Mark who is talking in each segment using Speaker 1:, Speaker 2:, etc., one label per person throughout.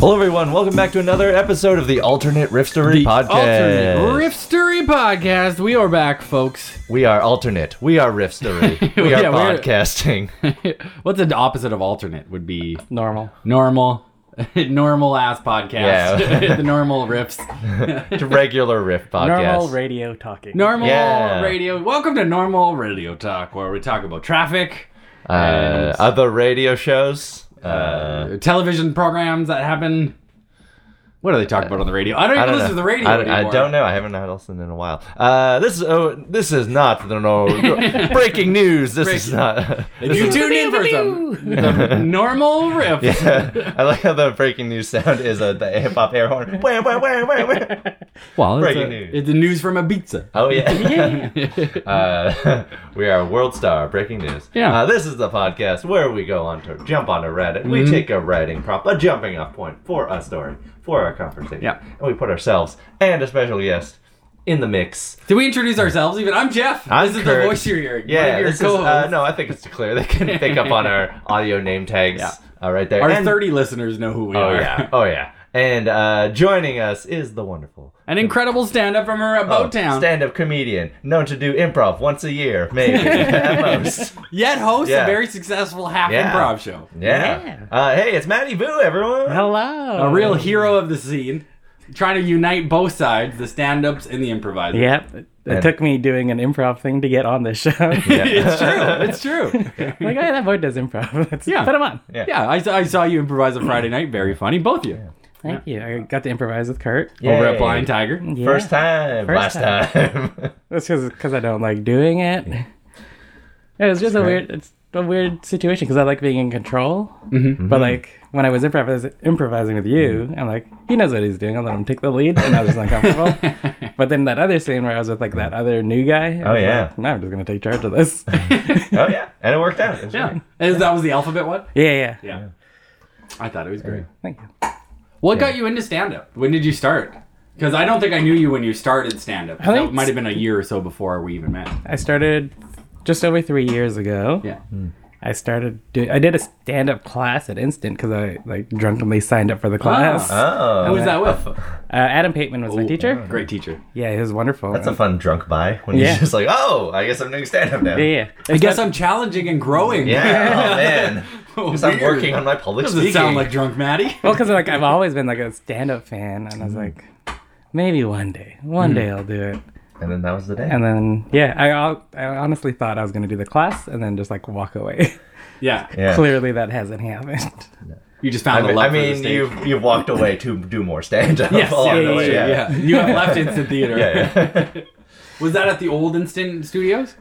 Speaker 1: Hello, everyone. Welcome back to another episode of the Alternate Riffstery
Speaker 2: The
Speaker 1: Podcast.
Speaker 2: alternate Riffstery podcast. We are back, folks.
Speaker 1: we are alternate. We are Riffstery. We are
Speaker 2: Yeah, we're-
Speaker 1: podcasting.
Speaker 2: What's the opposite of alternate? Would be
Speaker 3: normal.
Speaker 2: normal, normal ass podcast.
Speaker 1: Yeah.
Speaker 2: the normal riffs.
Speaker 1: It's a regular Riff Podcast.
Speaker 3: Normal radio talking.
Speaker 2: Normal
Speaker 1: Yeah.
Speaker 2: radio. Welcome to normal radio talk, where we talk about traffic,
Speaker 1: uh, other radio shows. Uh,
Speaker 2: television programs that happen. What do they talk about on the radio? I don't even
Speaker 1: I don't
Speaker 2: listen
Speaker 1: know.
Speaker 2: to the radio
Speaker 1: I, don't- I
Speaker 2: anymore.
Speaker 1: don't know. I haven't had Elson in a while. Uh, this is oh, this is not the no breaking news. This is
Speaker 2: Breaking-
Speaker 1: not.
Speaker 2: If you tune in for some the normal riffs.
Speaker 1: I like how the breaking news sound is uh, the hip hop air horn. Wah, wah, wah, wah, wah.
Speaker 2: Well, it's
Speaker 1: Breaking
Speaker 2: a-
Speaker 1: news.
Speaker 2: It's the news from Ibiza.
Speaker 1: Oh yeah. uh, we are World Star Breaking News.
Speaker 2: Yeah.
Speaker 1: Uh, this is the podcast where we go on to jump onto Reddit. We
Speaker 2: Mm-hmm.
Speaker 1: take a writing prop, a jumping off point for a story, for our conversation.
Speaker 2: Yeah.
Speaker 1: And we put ourselves and a special guest in the mix.
Speaker 2: Did we introduce ourselves even? I'm Jeff.
Speaker 1: I'm
Speaker 2: this is
Speaker 1: Kurt.
Speaker 2: the voice you're hearing. One
Speaker 1: Yeah.
Speaker 2: of your
Speaker 1: This is, uh,
Speaker 2: co-hosts.
Speaker 1: no, I think it's clear they can pick up on our audio name tags
Speaker 2: Yeah.
Speaker 1: uh, right there.
Speaker 2: Our
Speaker 1: And-
Speaker 2: 30 listeners know who we
Speaker 1: Oh
Speaker 2: are.
Speaker 1: yeah. Oh yeah. And uh, joining us is the wonderful
Speaker 2: An incredible stand-up from
Speaker 1: Oh,
Speaker 2: her about town.
Speaker 1: stand-up comedian known to do improv once a year, maybe at most.
Speaker 2: Yet hosts
Speaker 1: Yeah.
Speaker 2: a very successful half
Speaker 1: Yeah.
Speaker 2: improv show.
Speaker 1: Yeah. Uh, hey, it's Matty Boo, everyone.
Speaker 3: Hello.
Speaker 2: A
Speaker 1: Oh.
Speaker 2: real hero of the scene. Trying to unite both sides, the stand-ups and the improvisers.
Speaker 3: Yep. It
Speaker 1: And-
Speaker 3: took me doing an improv thing to get on this show. like,
Speaker 2: it's true. It's true. Yeah,
Speaker 3: oh, that boy does improv. Let's yeah. put him on.
Speaker 1: Yeah.
Speaker 2: I, saw, I saw you improvise on Friday night. Very funny, both of you.
Speaker 3: Thank you. I got to improvise with Kurt.
Speaker 1: Yay.
Speaker 2: Over at Blind Tiger.
Speaker 3: Yeah.
Speaker 1: First time,
Speaker 3: First
Speaker 1: last time.
Speaker 3: That's because I don't like doing it. It was just a weird. It's a weird situation because I like being in control. Mm-hmm. But like when I was improvis- improvising with you,
Speaker 2: Mm-hmm.
Speaker 3: I'm like, he knows what he's doing. I'll let him take the lead, and I was just uncomfortable. but then that other scene where I was with like that other new guy. I
Speaker 1: Oh,
Speaker 3: was
Speaker 1: yeah.
Speaker 3: like, "No, I'm just gonna take charge of this.
Speaker 1: oh yeah, and it worked out. It was
Speaker 2: Yeah.
Speaker 1: great.
Speaker 2: And that was the alphabet one?
Speaker 3: Yeah, yeah.
Speaker 2: Yeah. I thought it was great.
Speaker 3: Thank you.
Speaker 2: What got you into stand up? When did you start? Because I don't think I knew you when you started stand up.
Speaker 3: think
Speaker 2: That
Speaker 3: it's-
Speaker 2: might have been a year or so before we even met.
Speaker 3: I started just over three years ago.
Speaker 2: Yeah.
Speaker 3: I started. Do- I did a stand-up class at Instant because I like drunkenly signed up for the class. Uh,
Speaker 1: Oh,
Speaker 2: Who was that with?
Speaker 3: Adam Pateman was my
Speaker 2: Ooh, Oh,
Speaker 3: teacher.
Speaker 2: Uh-huh. Great teacher.
Speaker 3: Yeah, he was wonderful.
Speaker 1: That's a fun drunk buy when
Speaker 3: Yeah.
Speaker 1: you're just like, oh, I guess I'm doing stand-up now.
Speaker 3: yeah, yeah.
Speaker 2: I guess I'm challenging and growing.
Speaker 1: Yeah, oh man, because I'm
Speaker 2: Weird.
Speaker 1: working on my public
Speaker 2: Doesn't
Speaker 1: speaking.
Speaker 2: sound like drunk Maddie.
Speaker 3: Well, because like I've always been like a stand-up fan, and I was
Speaker 1: Mm-hmm.
Speaker 3: like, maybe one day, one day I'll do it.
Speaker 1: and then that was the day.
Speaker 3: And then yeah, I, al- I honestly thought I was gonna do the class and then just like walk away.
Speaker 2: Yeah.
Speaker 1: yeah.
Speaker 3: Clearly, that hasn't happened.
Speaker 2: You just found
Speaker 1: I
Speaker 2: the
Speaker 1: mean,
Speaker 2: love
Speaker 1: I
Speaker 2: for the
Speaker 1: mean
Speaker 2: stage.
Speaker 1: you've you've walked away to do more stand-up
Speaker 2: Yes,
Speaker 1: along
Speaker 2: yeah,
Speaker 1: the
Speaker 2: yeah,
Speaker 1: way.
Speaker 2: yeah, yeah. You have left Instant Theater.
Speaker 1: Yeah, yeah.
Speaker 2: Was that at the old Instant Studios?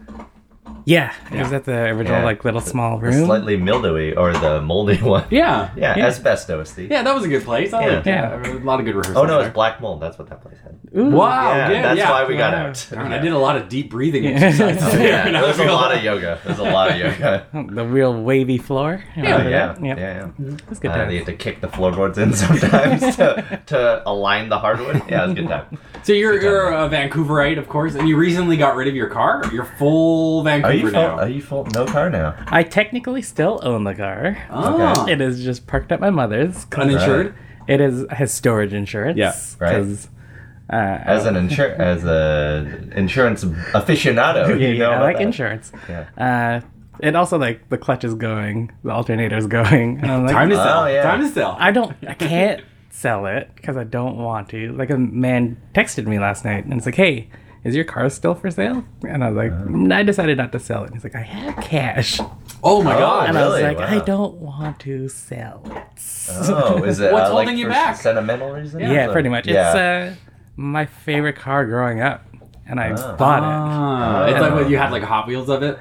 Speaker 3: Yeah, it was at the original
Speaker 1: Yeah.
Speaker 3: like little small
Speaker 1: The
Speaker 3: room.
Speaker 1: slightly mildewy or the moldy one.
Speaker 2: Yeah.
Speaker 1: yeah,
Speaker 3: Yeah.
Speaker 1: asbestosy.
Speaker 2: Yeah, that was a good place. I
Speaker 1: Yeah.
Speaker 2: liked it.
Speaker 3: Yeah.
Speaker 2: A lot of good rehearsals.
Speaker 1: Oh no,
Speaker 2: there.
Speaker 1: it's black mold. That's what that place had.
Speaker 3: Ooh.
Speaker 2: Wow.
Speaker 1: yeah,
Speaker 2: yeah,
Speaker 1: that's
Speaker 2: Oh, yeah.
Speaker 1: why we got
Speaker 3: Wow.
Speaker 1: out.
Speaker 2: Darn, I
Speaker 1: Yeah.
Speaker 2: did a lot of deep breathing exercises.
Speaker 3: Yeah.
Speaker 2: there, and I
Speaker 1: Yeah, there's
Speaker 2: was
Speaker 1: a
Speaker 2: like,
Speaker 1: lot of yoga. There's a lot of yoga.
Speaker 3: The real wavy floor.
Speaker 1: Oh, Yeah,
Speaker 3: Remember
Speaker 1: yeah,
Speaker 3: that?
Speaker 1: yeah.
Speaker 3: Yep.
Speaker 1: yeah.
Speaker 3: That's good.
Speaker 1: Uh,
Speaker 3: times.
Speaker 1: they had to kick the floorboards in sometimes to, to align the hardwood. Yeah, it was a good time.
Speaker 2: So you're, you're a Vancouverite, of course, and you recently got rid of your car. You're full Vancouver
Speaker 1: Are you full,
Speaker 2: now.
Speaker 1: are you full no car now?
Speaker 3: I technically still own the car.
Speaker 1: Oh.
Speaker 2: Ah,
Speaker 1: Okay.
Speaker 3: It is just parked at my mother's.
Speaker 2: uninsured.
Speaker 3: It is has storage insurance.
Speaker 2: Yeah,
Speaker 1: right.
Speaker 3: 'cause, Uh,
Speaker 1: As an insur- as a insurance aficionado,
Speaker 3: yeah,
Speaker 1: you know
Speaker 3: yeah, I
Speaker 1: about
Speaker 3: like
Speaker 1: that.
Speaker 3: insurance.
Speaker 1: Yeah.
Speaker 3: Uh, and also like the clutch is going, the alternator's going, and I'm like,
Speaker 2: Time to sell.
Speaker 1: Oh, yeah.
Speaker 2: Time to sell.
Speaker 3: I don't, I can't sell it because I don't want to. Like a man texted me last night and it's like, hey. Is your car still for sale? And I was like,
Speaker 1: Uh-huh.
Speaker 3: "Mm, I decided not to sell it. And he's like, I have cash. And
Speaker 2: oh my
Speaker 1: Oh,
Speaker 2: god.
Speaker 3: I was
Speaker 1: Really?
Speaker 3: like, I
Speaker 1: Wow.
Speaker 3: don't want to sell it.
Speaker 1: Oh, is it
Speaker 2: What's
Speaker 1: uh, like
Speaker 2: holding you
Speaker 1: for
Speaker 2: back?
Speaker 1: Sentimental reason?
Speaker 3: Yeah, pretty much. It's uh, my favorite car growing up, and I
Speaker 1: Oh.
Speaker 3: bought
Speaker 2: Ah, it's like when you had like Hot Wheels of it.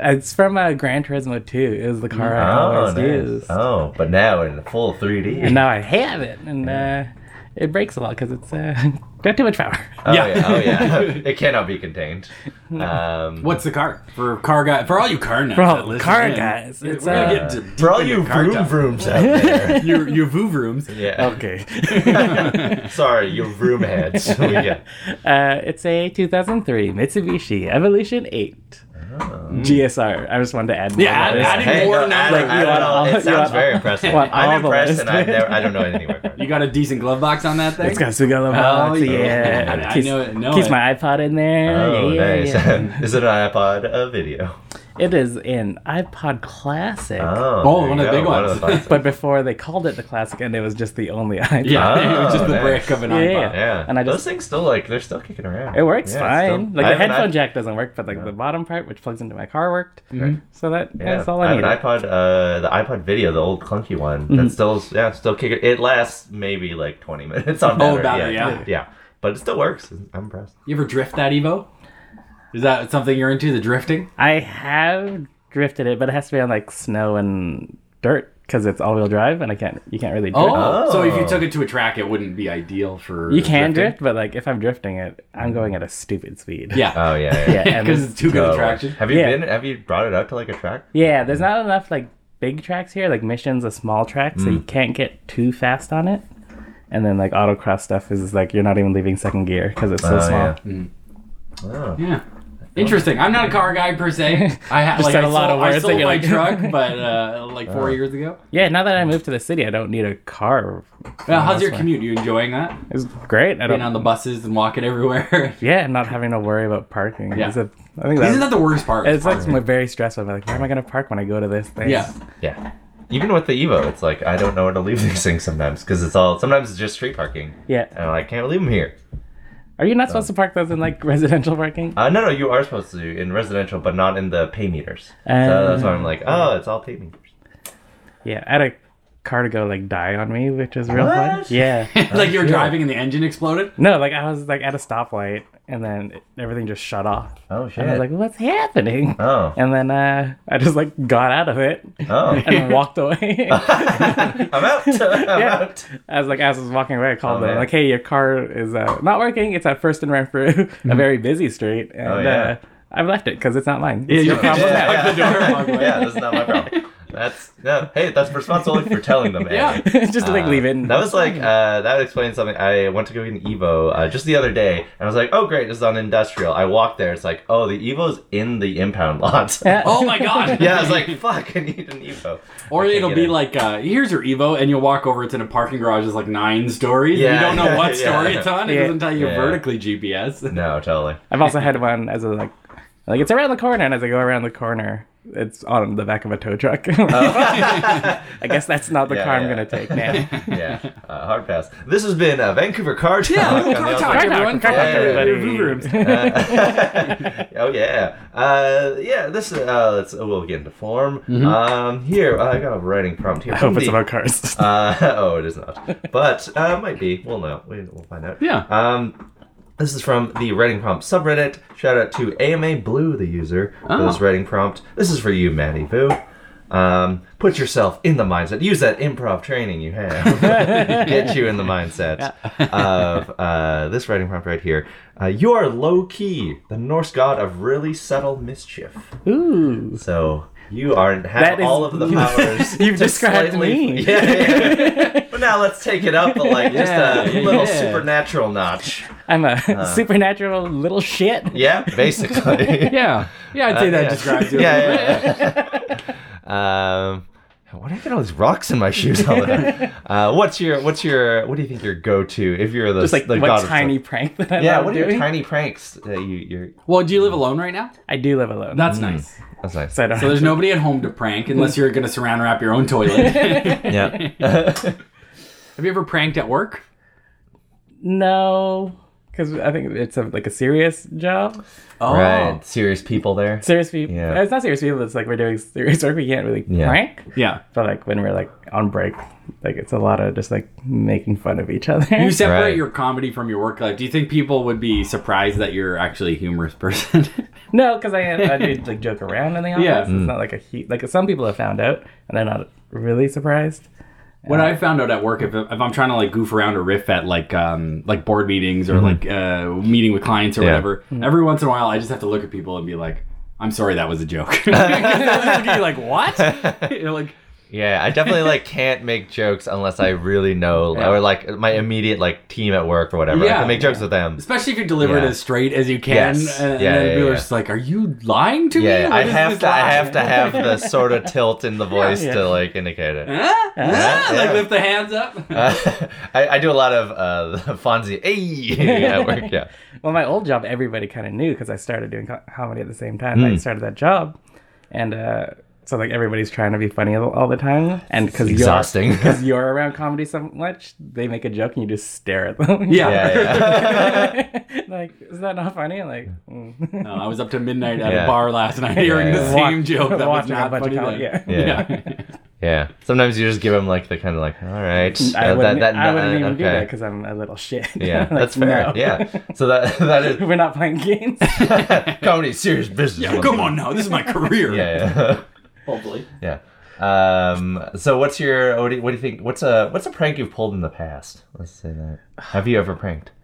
Speaker 3: it. It's from a Gran Turismo 2. It was the car I
Speaker 1: oh,
Speaker 3: always
Speaker 1: nice.
Speaker 3: used,
Speaker 1: oh, but now in full 3D.
Speaker 3: and now I have it, and uh, it breaks a lot because it's uh, Got too much power.
Speaker 1: Oh,
Speaker 2: Yeah.
Speaker 1: yeah. Oh, yeah. it cannot be contained. Um,
Speaker 2: What's the car for? Car guy for all you car nuts.
Speaker 3: For all
Speaker 2: that listen
Speaker 3: car
Speaker 2: in,
Speaker 3: guys,
Speaker 2: you're-
Speaker 3: it's,
Speaker 2: we're gonna get
Speaker 3: uh,
Speaker 2: to
Speaker 1: for all
Speaker 2: deep
Speaker 1: you
Speaker 2: into car
Speaker 1: vroom vrooms
Speaker 2: talk.
Speaker 1: out there.
Speaker 2: your your voo rooms.
Speaker 1: Yeah.
Speaker 3: Okay.
Speaker 1: Sorry, you vroom heads. We get-
Speaker 3: Uh, it's a 2003 Mitsubishi Evolution 8 GSR. I just wanted to add. more
Speaker 2: Oh. Yeah,
Speaker 3: to
Speaker 2: add-
Speaker 3: this.
Speaker 2: adding
Speaker 1: Hey,
Speaker 2: more
Speaker 1: no,
Speaker 2: now.
Speaker 1: I
Speaker 2: Like,
Speaker 1: don't- I
Speaker 3: you
Speaker 1: don't
Speaker 3: want
Speaker 1: know.
Speaker 3: all- you
Speaker 1: It sounds
Speaker 3: want
Speaker 1: very
Speaker 3: all-
Speaker 1: impressive.
Speaker 3: want all
Speaker 1: I'm
Speaker 3: the
Speaker 1: impressed,
Speaker 3: list.
Speaker 1: and I never, I don't know anything about
Speaker 2: You
Speaker 1: it.
Speaker 2: got a decent glove box on that thing.
Speaker 3: It's got Sugalo
Speaker 2: Oh,
Speaker 3: box.
Speaker 2: yeah.
Speaker 3: yeah.
Speaker 2: I
Speaker 3: Keeps-
Speaker 2: know it- know
Speaker 3: keeps
Speaker 2: it.
Speaker 3: my iPod in there.
Speaker 1: Oh,
Speaker 3: yeah, yeah,
Speaker 1: nice.
Speaker 3: yeah.
Speaker 1: Is it an iPod? A video.
Speaker 3: It is an iPod classic.
Speaker 1: Oh,
Speaker 2: Oh,
Speaker 1: there
Speaker 2: one
Speaker 1: you
Speaker 2: of the
Speaker 1: go,
Speaker 2: big
Speaker 1: one of
Speaker 2: ones.
Speaker 1: the classics.
Speaker 3: But before they called it the classic, and it was just the only iPod.
Speaker 2: yeah, it was
Speaker 1: Oh,
Speaker 2: just the
Speaker 1: nice.
Speaker 2: brick of an
Speaker 3: Yeah,
Speaker 2: iPod.
Speaker 3: yeah.
Speaker 1: yeah,
Speaker 3: and I
Speaker 1: those
Speaker 3: just-
Speaker 1: things still like they're still kicking around.
Speaker 3: It works
Speaker 1: Yeah, it's
Speaker 3: fine.
Speaker 1: still-
Speaker 3: like
Speaker 1: I
Speaker 3: the
Speaker 1: have an
Speaker 3: headphone
Speaker 1: iP-
Speaker 3: jack doesn't work, but like the bottom part, which plugs into my car, worked. So that
Speaker 1: Yeah,
Speaker 3: that's all
Speaker 1: I
Speaker 3: I,
Speaker 1: have
Speaker 3: needed.
Speaker 1: an iPod, uh, the iPod video, the old clunky one. That still, yeah, still kicking. It lasts maybe like twenty minutes on battery.
Speaker 2: Oh, battery,
Speaker 1: yeah,
Speaker 2: yeah.
Speaker 1: but it still works. I'm impressed.
Speaker 2: You ever drift that Evo? Is that something you're into? The drifting?
Speaker 3: I have drifted it, but it has to be on like snow and dirt because it's all wheel drive, and I can't. You can't really drift.
Speaker 1: Oh.
Speaker 2: so if you took it to a track, it wouldn't be ideal for
Speaker 3: you can
Speaker 2: drifting?
Speaker 3: drift, but like if I'm drifting it, I'm going at a stupid speed.
Speaker 2: Yeah,
Speaker 1: Oh yeah, yeah.
Speaker 3: yeah, and
Speaker 2: because it's too good
Speaker 1: Oh,
Speaker 2: a traction.
Speaker 1: Have you
Speaker 3: Yeah.
Speaker 1: been? Have you brought it out to like a track?
Speaker 3: yeah. There's not enough like big tracks here. Like missions, a small track, so
Speaker 1: Mm.
Speaker 3: you can't get too fast on it. And then like autocross stuff is like you're not even leaving second gear because it's so
Speaker 1: Oh,
Speaker 3: small.
Speaker 1: yeah. Oh.
Speaker 2: Yeah. Interesting. I'm not a car guy per se. I had
Speaker 3: Just
Speaker 2: like
Speaker 3: said
Speaker 2: I
Speaker 3: a lot
Speaker 2: sold,
Speaker 3: of words
Speaker 2: I
Speaker 3: that
Speaker 2: sold
Speaker 3: you're
Speaker 2: my
Speaker 3: like-
Speaker 2: truck, but uh, like four years ago.
Speaker 3: Yeah, now that I moved to the city, I don't need a car.
Speaker 2: Uh, how's your
Speaker 3: That's
Speaker 2: commute? You enjoying that?
Speaker 3: It's great. I
Speaker 2: Being
Speaker 3: don't.
Speaker 2: on the buses and walking everywhere.
Speaker 3: yeah, and not having to worry about parking.
Speaker 2: Yeah.
Speaker 3: It's a, I
Speaker 2: Isn't
Speaker 3: think that's
Speaker 2: that the worst part?
Speaker 3: it's like my very stressful. I'm like, where am I gonna park when I go to this thing?
Speaker 2: yeah.
Speaker 1: Yeah. Even with the Evo, it's like I don't know where to leave these things sometimes because it's all sometimes it's just street parking.
Speaker 3: Yeah.
Speaker 1: And I can't leave them here.
Speaker 3: Are you not supposed to park those in like residential parking?
Speaker 1: Uh, no, no, you are supposed to in residential, but not in the pay meters. so
Speaker 3: Uh.
Speaker 1: that's why I'm like, oh, it's all pay meters.
Speaker 3: Yeah, I had a car to go like die on me, which was real fun.
Speaker 1: What?
Speaker 3: Yeah.
Speaker 2: like you're
Speaker 1: sure.
Speaker 2: driving and the engine exploded.
Speaker 3: no, like I was like at a stoplight, and then it- everything just shut off.
Speaker 1: Oh shit.
Speaker 3: And I was like, what's happening?
Speaker 1: oh,
Speaker 3: And then uh, I just like got out of it
Speaker 1: oh,
Speaker 3: and walked away.
Speaker 1: I'm out. I'm
Speaker 3: Yeah.
Speaker 1: out.
Speaker 3: As like as I was walking away, I called
Speaker 1: Oh,
Speaker 3: them
Speaker 1: man.
Speaker 3: like, "Hey, your car is uh, not working. It's at First and Renfrew, a very busy street, and
Speaker 1: Oh, yeah.
Speaker 3: uh, I've left it because it's not mine. It's your
Speaker 2: you
Speaker 3: problem
Speaker 1: yeah,
Speaker 2: just
Speaker 3: now."
Speaker 2: unlock the door and walk away.
Speaker 1: Yeah, that's not my problem. That's no. Hey, that's responsibility for telling them.
Speaker 2: Yeah.
Speaker 1: Hey.
Speaker 3: just like leave it. in.
Speaker 1: That was like uh, that would explain something. I went to go get an Evo uh, just the other day, and I was like, "Oh, great, this is on industrial." I walked there. It's like, "Oh, the Evo's in the impound lot."
Speaker 3: Yeah.
Speaker 2: Oh my god.
Speaker 1: yeah, I was like, "Fuck, I need an Evo."
Speaker 2: Or
Speaker 1: I can't
Speaker 2: it'll
Speaker 1: get
Speaker 2: be
Speaker 1: in.
Speaker 2: like, uh, here's your Evo, and you'll walk over. It's in a parking garage. It's like nine stories.
Speaker 1: Yeah,
Speaker 2: you don't know what
Speaker 1: yeah,
Speaker 2: story
Speaker 1: yeah.
Speaker 2: it's on. It
Speaker 3: Yeah.
Speaker 2: doesn't tell you
Speaker 1: Yeah.
Speaker 2: vertically GPS.
Speaker 1: "No, totally."
Speaker 3: I've also had one as a like, like it's around the corner, and as I go around the corner, it's on the back of a tow truck. I guess that's not the
Speaker 1: Oh. Yeah,
Speaker 3: car I'm
Speaker 1: yeah.
Speaker 3: gonna take now.
Speaker 1: Yeah, uh, hard pass. This has been uh, Vancouver Car Talk.
Speaker 2: Yeah,
Speaker 1: on the
Speaker 2: car
Speaker 1: Outside
Speaker 2: talk,
Speaker 3: Car
Speaker 2: everyone.
Speaker 3: talk, car talk,
Speaker 2: Yeah,
Speaker 1: everybody.
Speaker 2: your voo rooms.
Speaker 1: oh yeah, uh, yeah. This uh, let's we'll get into form. Um, here I got a writing prompt here.
Speaker 3: Mm-hmm. I hope
Speaker 1: from
Speaker 3: it's
Speaker 1: the-
Speaker 3: about cars.
Speaker 1: Uh, oh, it is not, but uh, it might be. We'll know. We, we'll find out.
Speaker 2: Yeah.
Speaker 1: Um, this is from the writing prompt subreddit. Shout out to AMA Blue, the user for
Speaker 2: Oh.
Speaker 1: this writing prompt. This is for you, Maddie Boo. Um, put yourself in the mindset. Use that improv training you have. Get you in the mindset of uh, this writing prompt right here. Uh, you are low key, the Norse god of really subtle mischief.
Speaker 3: Ooh.
Speaker 1: So you are have
Speaker 3: That is-
Speaker 1: all of the powers.
Speaker 3: You've
Speaker 1: to
Speaker 3: described
Speaker 1: slightly-
Speaker 3: me.
Speaker 1: Yeah, yeah. but now let's take it up like just
Speaker 2: Yeah,
Speaker 1: a
Speaker 2: yeah,
Speaker 1: little
Speaker 2: yeah.
Speaker 1: supernatural notch.
Speaker 3: I'm a supernatural little shit.
Speaker 1: Uh, Yeah, basically.
Speaker 2: Yeah. Yeah, I'd say
Speaker 1: Uh,
Speaker 2: that
Speaker 1: yeah.
Speaker 2: describes you.
Speaker 1: Yeah, yeah. yeah. um, why do I get all these rocks in my shoes all the time? Uh, what's your what's your what do you think your go to if you're the
Speaker 3: Just like
Speaker 1: the god
Speaker 3: what
Speaker 1: of
Speaker 3: tiny prank that I
Speaker 1: yeah
Speaker 3: love
Speaker 1: what are
Speaker 3: doing.
Speaker 1: your tiny pranks that you you're
Speaker 2: Well, do you live alone right now?
Speaker 3: I do live alone.
Speaker 2: That's
Speaker 1: Mm.
Speaker 2: nice.
Speaker 1: that's nice
Speaker 3: so I don't
Speaker 2: So there's nobody at home to prank unless you're going to surround wrap your own toilet. Have
Speaker 1: yeah
Speaker 2: you ever pranked at work?
Speaker 3: No, because I think it's a, like a serious job.
Speaker 2: Oh.
Speaker 1: right serious people there
Speaker 3: Serious people.
Speaker 1: Yeah.
Speaker 3: It's not serious people. It's like we're doing serious work. We can't really
Speaker 1: Yeah.
Speaker 3: prank.
Speaker 2: Yeah.
Speaker 3: But like when we're like on break, like it's a lot of just like making fun of each other.
Speaker 2: You separate
Speaker 1: Right.
Speaker 2: your comedy from your work life. Do you think people would be surprised that you're actually a humorous person?
Speaker 3: no, because I I do like joke around in the office.
Speaker 1: Mm.
Speaker 2: Yeah.
Speaker 3: It's not like a heat. Like some people have found out and they're not really surprised.
Speaker 2: What I found out at work, if, if I'm trying to like goof around or riff at like um, like board meetings or like uh, meeting with clients or
Speaker 1: Mm-hmm. Yeah. Mm-hmm.
Speaker 2: whatever, every once in a while I just have to look at people and be like, "I'm sorry, that was a joke." They look at you like what? You're like,
Speaker 1: Yeah, I definitely like can't make jokes unless I really know or like my immediate like team at work or whatever. I
Speaker 2: Yeah.
Speaker 1: can make jokes with them.
Speaker 2: especially if you deliver it
Speaker 1: Yeah.
Speaker 2: as straight as you can,
Speaker 1: Yes.
Speaker 2: and, and
Speaker 1: Yeah,
Speaker 2: then
Speaker 1: yeah,
Speaker 2: people are
Speaker 1: yeah.
Speaker 2: just like, "Are you lying to me?"
Speaker 1: Yeah,
Speaker 2: What
Speaker 1: I
Speaker 2: is
Speaker 1: have
Speaker 2: this
Speaker 1: to. I
Speaker 2: lie?"
Speaker 1: have to have the sort of tilt in the voice
Speaker 3: Yeah.
Speaker 1: to like indicate it.
Speaker 2: Huh? Huh?
Speaker 1: Yeah.
Speaker 2: Like lift the hands up.
Speaker 1: Uh, I, I do a lot of uh, Fonzie hey at work. Yeah,
Speaker 3: Well, my old job, everybody kind of knew because I started doing co- comedy at the same time.
Speaker 1: Mm.
Speaker 3: I started that job, and uh, so like everybody's trying to be funny all, all the time, and because
Speaker 1: exhausting.
Speaker 3: because you're around comedy so much, they make a joke and you just stare at them.
Speaker 2: Yeah.
Speaker 1: yeah,
Speaker 3: like is that not funny? Like mm.
Speaker 2: No, I was up to midnight at
Speaker 1: Yeah.
Speaker 2: a bar last night hearing
Speaker 1: yeah.
Speaker 2: the same joke that was
Speaker 3: Watching a
Speaker 2: not
Speaker 3: bunch of
Speaker 2: funny.
Speaker 3: comedy,
Speaker 2: then.
Speaker 1: yeah, yeah, yeah. Sometimes you just give them like the kind of like, all right,
Speaker 3: I
Speaker 1: uh,
Speaker 3: wouldn't, I wouldn't
Speaker 1: uh,
Speaker 3: even do that
Speaker 1: okay.
Speaker 3: because I'm a little shit.
Speaker 1: Yeah,
Speaker 3: Like,
Speaker 1: that's fair.
Speaker 3: no.
Speaker 1: Yeah, so that that is
Speaker 3: We're not playing games.
Speaker 1: comedy is serious business.
Speaker 2: Yeah, come on now, this is my career.
Speaker 1: Yeah,
Speaker 2: Hopefully.
Speaker 1: yeah, yeah. Um, so what's your what do you, what do you think? What's a what's a prank you've pulled in the past? Let's say that. Have you ever pranked?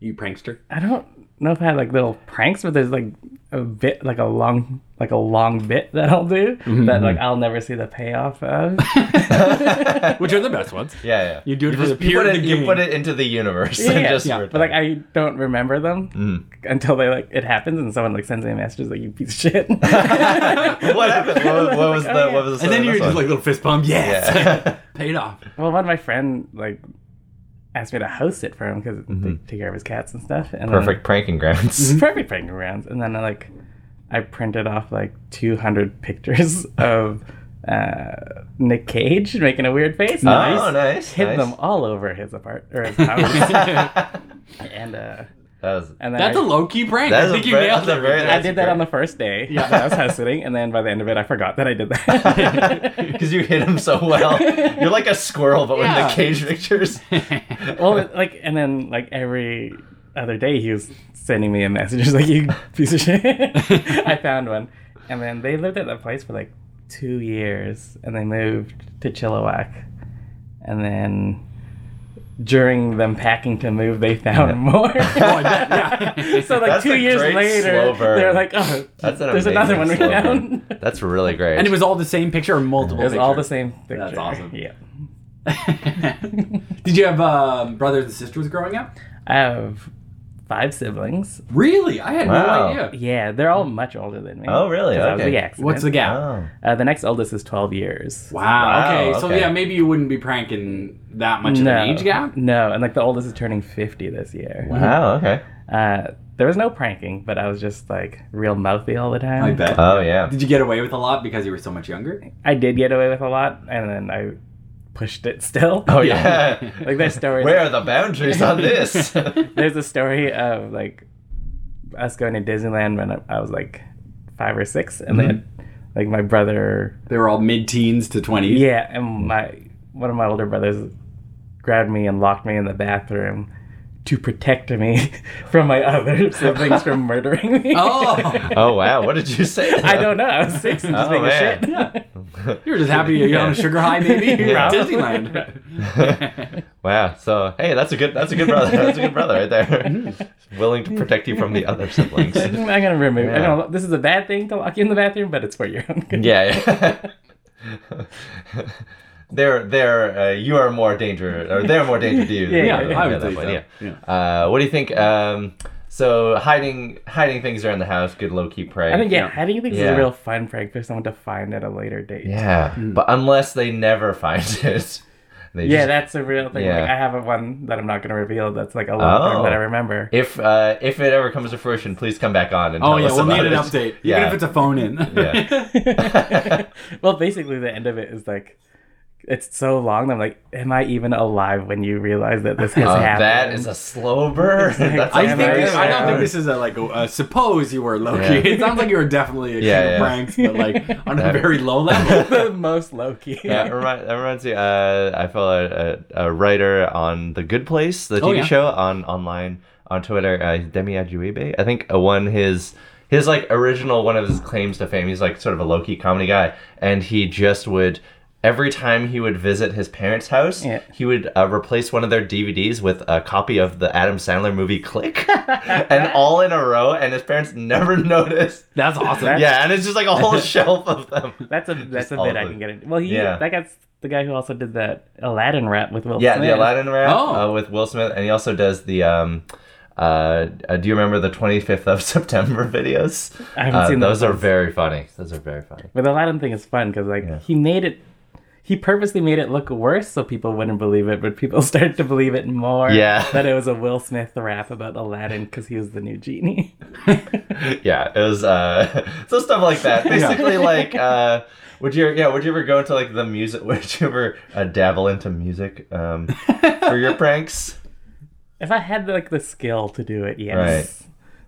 Speaker 2: You prankster.
Speaker 3: I don't know if I had like little pranks, but there's like a bit, like a long, like a long bit that I'll do
Speaker 2: Mm-hmm,
Speaker 3: that like I'll never see the payoff of.
Speaker 2: Which are the best ones.
Speaker 1: Yeah, yeah.
Speaker 2: You do it for the
Speaker 1: just you
Speaker 2: pure
Speaker 1: put
Speaker 2: in
Speaker 1: it,
Speaker 2: the
Speaker 1: you
Speaker 2: game.
Speaker 1: put it into the universe. and just
Speaker 3: but like I don't remember them
Speaker 1: Mm.
Speaker 3: until they like it happens and someone like sends me a message like you piece of shit.
Speaker 1: what happened? What, what was the
Speaker 3: Oh, yeah.
Speaker 1: what was the
Speaker 2: And
Speaker 1: that's
Speaker 2: then you're just
Speaker 1: what-
Speaker 2: like little fist pump. Yes.
Speaker 1: Yeah.
Speaker 2: Paid off.
Speaker 3: well, one of my friend like asked me to host it for him because they take care of his cats and stuff. And then-
Speaker 1: Mm-hmm. perfect pranking grounds.
Speaker 3: perfect pranking rounds. And then I like I printed off like 200 pictures of uh, Nick Cage making a weird face.
Speaker 1: Oh, nice.
Speaker 3: Hid
Speaker 1: nice.
Speaker 3: them all over his apart or his house. and uh,
Speaker 1: That was.
Speaker 3: and then
Speaker 2: That's
Speaker 3: I,
Speaker 2: a low key prank.
Speaker 1: That's
Speaker 2: I think
Speaker 1: a
Speaker 2: you
Speaker 1: very-
Speaker 2: nailed
Speaker 1: that's a very-
Speaker 2: it.
Speaker 3: I did that on the first day. Yeah, I was hosting, and then by the end of it, I forgot that I did that.
Speaker 1: Because you hit him so well, you're like a squirrel, but with
Speaker 2: Yeah.
Speaker 1: the cage pictures.
Speaker 3: well, it- like, and then like every other day, he was sending me a message just like, "You piece of shit." I found one, and then they lived at that place for like two years, and they moved to Chilliwack, and then during them packing to move, they found
Speaker 1: Oh,
Speaker 3: more.
Speaker 2: I bet, yeah.
Speaker 3: so like
Speaker 1: That's
Speaker 3: two
Speaker 1: a
Speaker 3: years
Speaker 1: great
Speaker 3: later,
Speaker 1: slow burn.
Speaker 3: they're like, "Oh,
Speaker 1: That's an
Speaker 3: there's another one we
Speaker 1: amazing slow burn.
Speaker 3: found."
Speaker 1: That's really great.
Speaker 2: And it was all the same picture or multiple
Speaker 3: It was all the
Speaker 2: pictures?
Speaker 3: same picture.
Speaker 2: awesome.
Speaker 3: Yeah.
Speaker 2: did you have um, brothers and sisters growing up?
Speaker 3: I have five siblings.
Speaker 2: Really? I had
Speaker 1: Wow.
Speaker 2: no idea.
Speaker 3: Yeah, they're all much older than me.
Speaker 1: Oh, really?
Speaker 3: 'Cause I was
Speaker 1: Okay.
Speaker 3: the accident.
Speaker 2: What's the gap?
Speaker 1: Oh.
Speaker 3: Uh, the next eldest is 12 years.
Speaker 2: Wow.
Speaker 1: Wow,
Speaker 2: Okay. So
Speaker 1: okay.
Speaker 2: yeah, maybe you wouldn't be pranking that much of an age gap.
Speaker 3: No, and like the oldest is turning 50 this year.
Speaker 1: Wow. Okay.
Speaker 3: Uh, there was no pranking, but I was just like real mouthy all the time.
Speaker 2: I bet.
Speaker 1: Oh yeah.
Speaker 2: Did you get away with a lot because you were so much younger?
Speaker 3: I did get away with a lot, and then I pushed it still.
Speaker 1: Oh yeah.
Speaker 3: like there's stories.
Speaker 1: Where are the boundaries on this?
Speaker 3: There's a story of like us going to Disneyland when I- I was like five or six,
Speaker 1: Mm-hmm.
Speaker 3: and then like my brother
Speaker 2: They were all mid teens to 20s.
Speaker 3: Yeah, and my one of my older brothers grabbed me and locked me in the bathroom to protect me from my other siblings from murdering me.
Speaker 2: Oh.
Speaker 1: oh wow. What did you say?
Speaker 3: I don't know. I was six and
Speaker 1: Oh,
Speaker 3: just being
Speaker 1: man.
Speaker 3: a shit.
Speaker 2: You were just happy you're on a sugar high, maybe? You're at
Speaker 3: Probably.
Speaker 2: Disneyland.
Speaker 1: Wow. So hey, that's a good. That's a good brother. That's a good brother right there. Willing to protect you from the other siblings.
Speaker 3: I'm gonna remove.
Speaker 1: Yeah.
Speaker 3: I don't, this is a bad thing to lock you in the bathroom, but it's for your own good.
Speaker 1: Yeah. yeah. they're they're uh, you are more danger or they're more danger to you. than
Speaker 3: Yeah,
Speaker 1: you
Speaker 2: yeah, I
Speaker 1: are
Speaker 2: would
Speaker 1: at that
Speaker 2: say
Speaker 1: point,
Speaker 2: so.
Speaker 1: yeah. Uh, what do you think? Um, so hiding hiding things around the house, good low key prank.
Speaker 3: I think yeah, I think this is
Speaker 1: Yeah.
Speaker 3: a real fun prank for someone to find at a later date.
Speaker 1: Yeah,
Speaker 2: Mm.
Speaker 1: but unless they never find it, they
Speaker 3: Yeah,
Speaker 1: just,
Speaker 3: that's a real thing.
Speaker 1: Yeah.
Speaker 3: Like I have a one that I'm not gonna reveal. That's like a long
Speaker 1: Oh.
Speaker 3: time that I remember.
Speaker 1: if uh, if it ever comes to fruition, please come back on and
Speaker 2: Oh,
Speaker 1: tell
Speaker 2: yeah,
Speaker 1: us
Speaker 2: we'll
Speaker 1: about
Speaker 2: need an
Speaker 1: it.
Speaker 2: update. Even
Speaker 1: Yeah.
Speaker 2: if it's a phone in.
Speaker 1: Yeah.
Speaker 3: well, basically, the end of it is like it's so long. I'm like, am I even alive when you realize that this has
Speaker 1: Uh,
Speaker 3: happened?
Speaker 1: that is a slow burn.
Speaker 3: like-
Speaker 1: That's
Speaker 2: I,
Speaker 1: a
Speaker 2: think
Speaker 3: Yeah,
Speaker 1: very
Speaker 2: this- I don't
Speaker 1: slow
Speaker 2: think
Speaker 1: burn.
Speaker 2: this is a like a, uh, suppose you were Loki.
Speaker 1: Yeah.
Speaker 2: It sounds like you were definitely
Speaker 1: Yeah,
Speaker 2: a king
Speaker 1: yeah.
Speaker 2: of pranks, but like on a very low level.
Speaker 3: the most low key.
Speaker 1: Yeah, it remind, that reminds me. Uh, I follow a, a, a writer on The Good Place, the TV
Speaker 2: Oh, yeah.
Speaker 1: show on online on Twitter, uh, Demi Ajuebe. I think uh, one his his like original one of his claims to fame. He's like sort of a low key comedy guy, and he just would every time he would visit his parents' house,
Speaker 3: Yeah.
Speaker 1: he would uh, replace one of their DVDs with a copy of the Adam Sandler movie Click, and all in a row, and his parents never noticed.
Speaker 2: That's awesome.
Speaker 1: Yeah, and it's just like a whole shelf of them.
Speaker 3: That's a that's a
Speaker 1: all
Speaker 3: bit I
Speaker 1: the-
Speaker 3: can get it. Well, he
Speaker 1: Yeah.
Speaker 3: that guy's the guy who also did that Aladdin rap with Will.
Speaker 1: Yeah,
Speaker 3: Smith.
Speaker 1: the Aladdin rap
Speaker 2: Oh.
Speaker 1: uh, with Will Smith, and he also does the. Um, uh, uh, do you remember the 25th of September videos?
Speaker 3: I haven't
Speaker 1: Uh,
Speaker 3: seen
Speaker 1: those.
Speaker 3: those
Speaker 1: Are
Speaker 3: ones.
Speaker 1: very funny. Those are very funny.
Speaker 3: But the Aladdin thing is fun because like he made it, he purposely made it look worse so people wouldn't believe it, but people started to believe it more.
Speaker 1: Yeah.
Speaker 3: that it was a Will Smith rap about Aladdin because he was the new genie.
Speaker 1: yeah it was uh so stuff like that basically like uh would you yeah would you ever go into like the music would you ever uh, dabble into music um for your pranks
Speaker 3: if I had like the skill to do it, yes,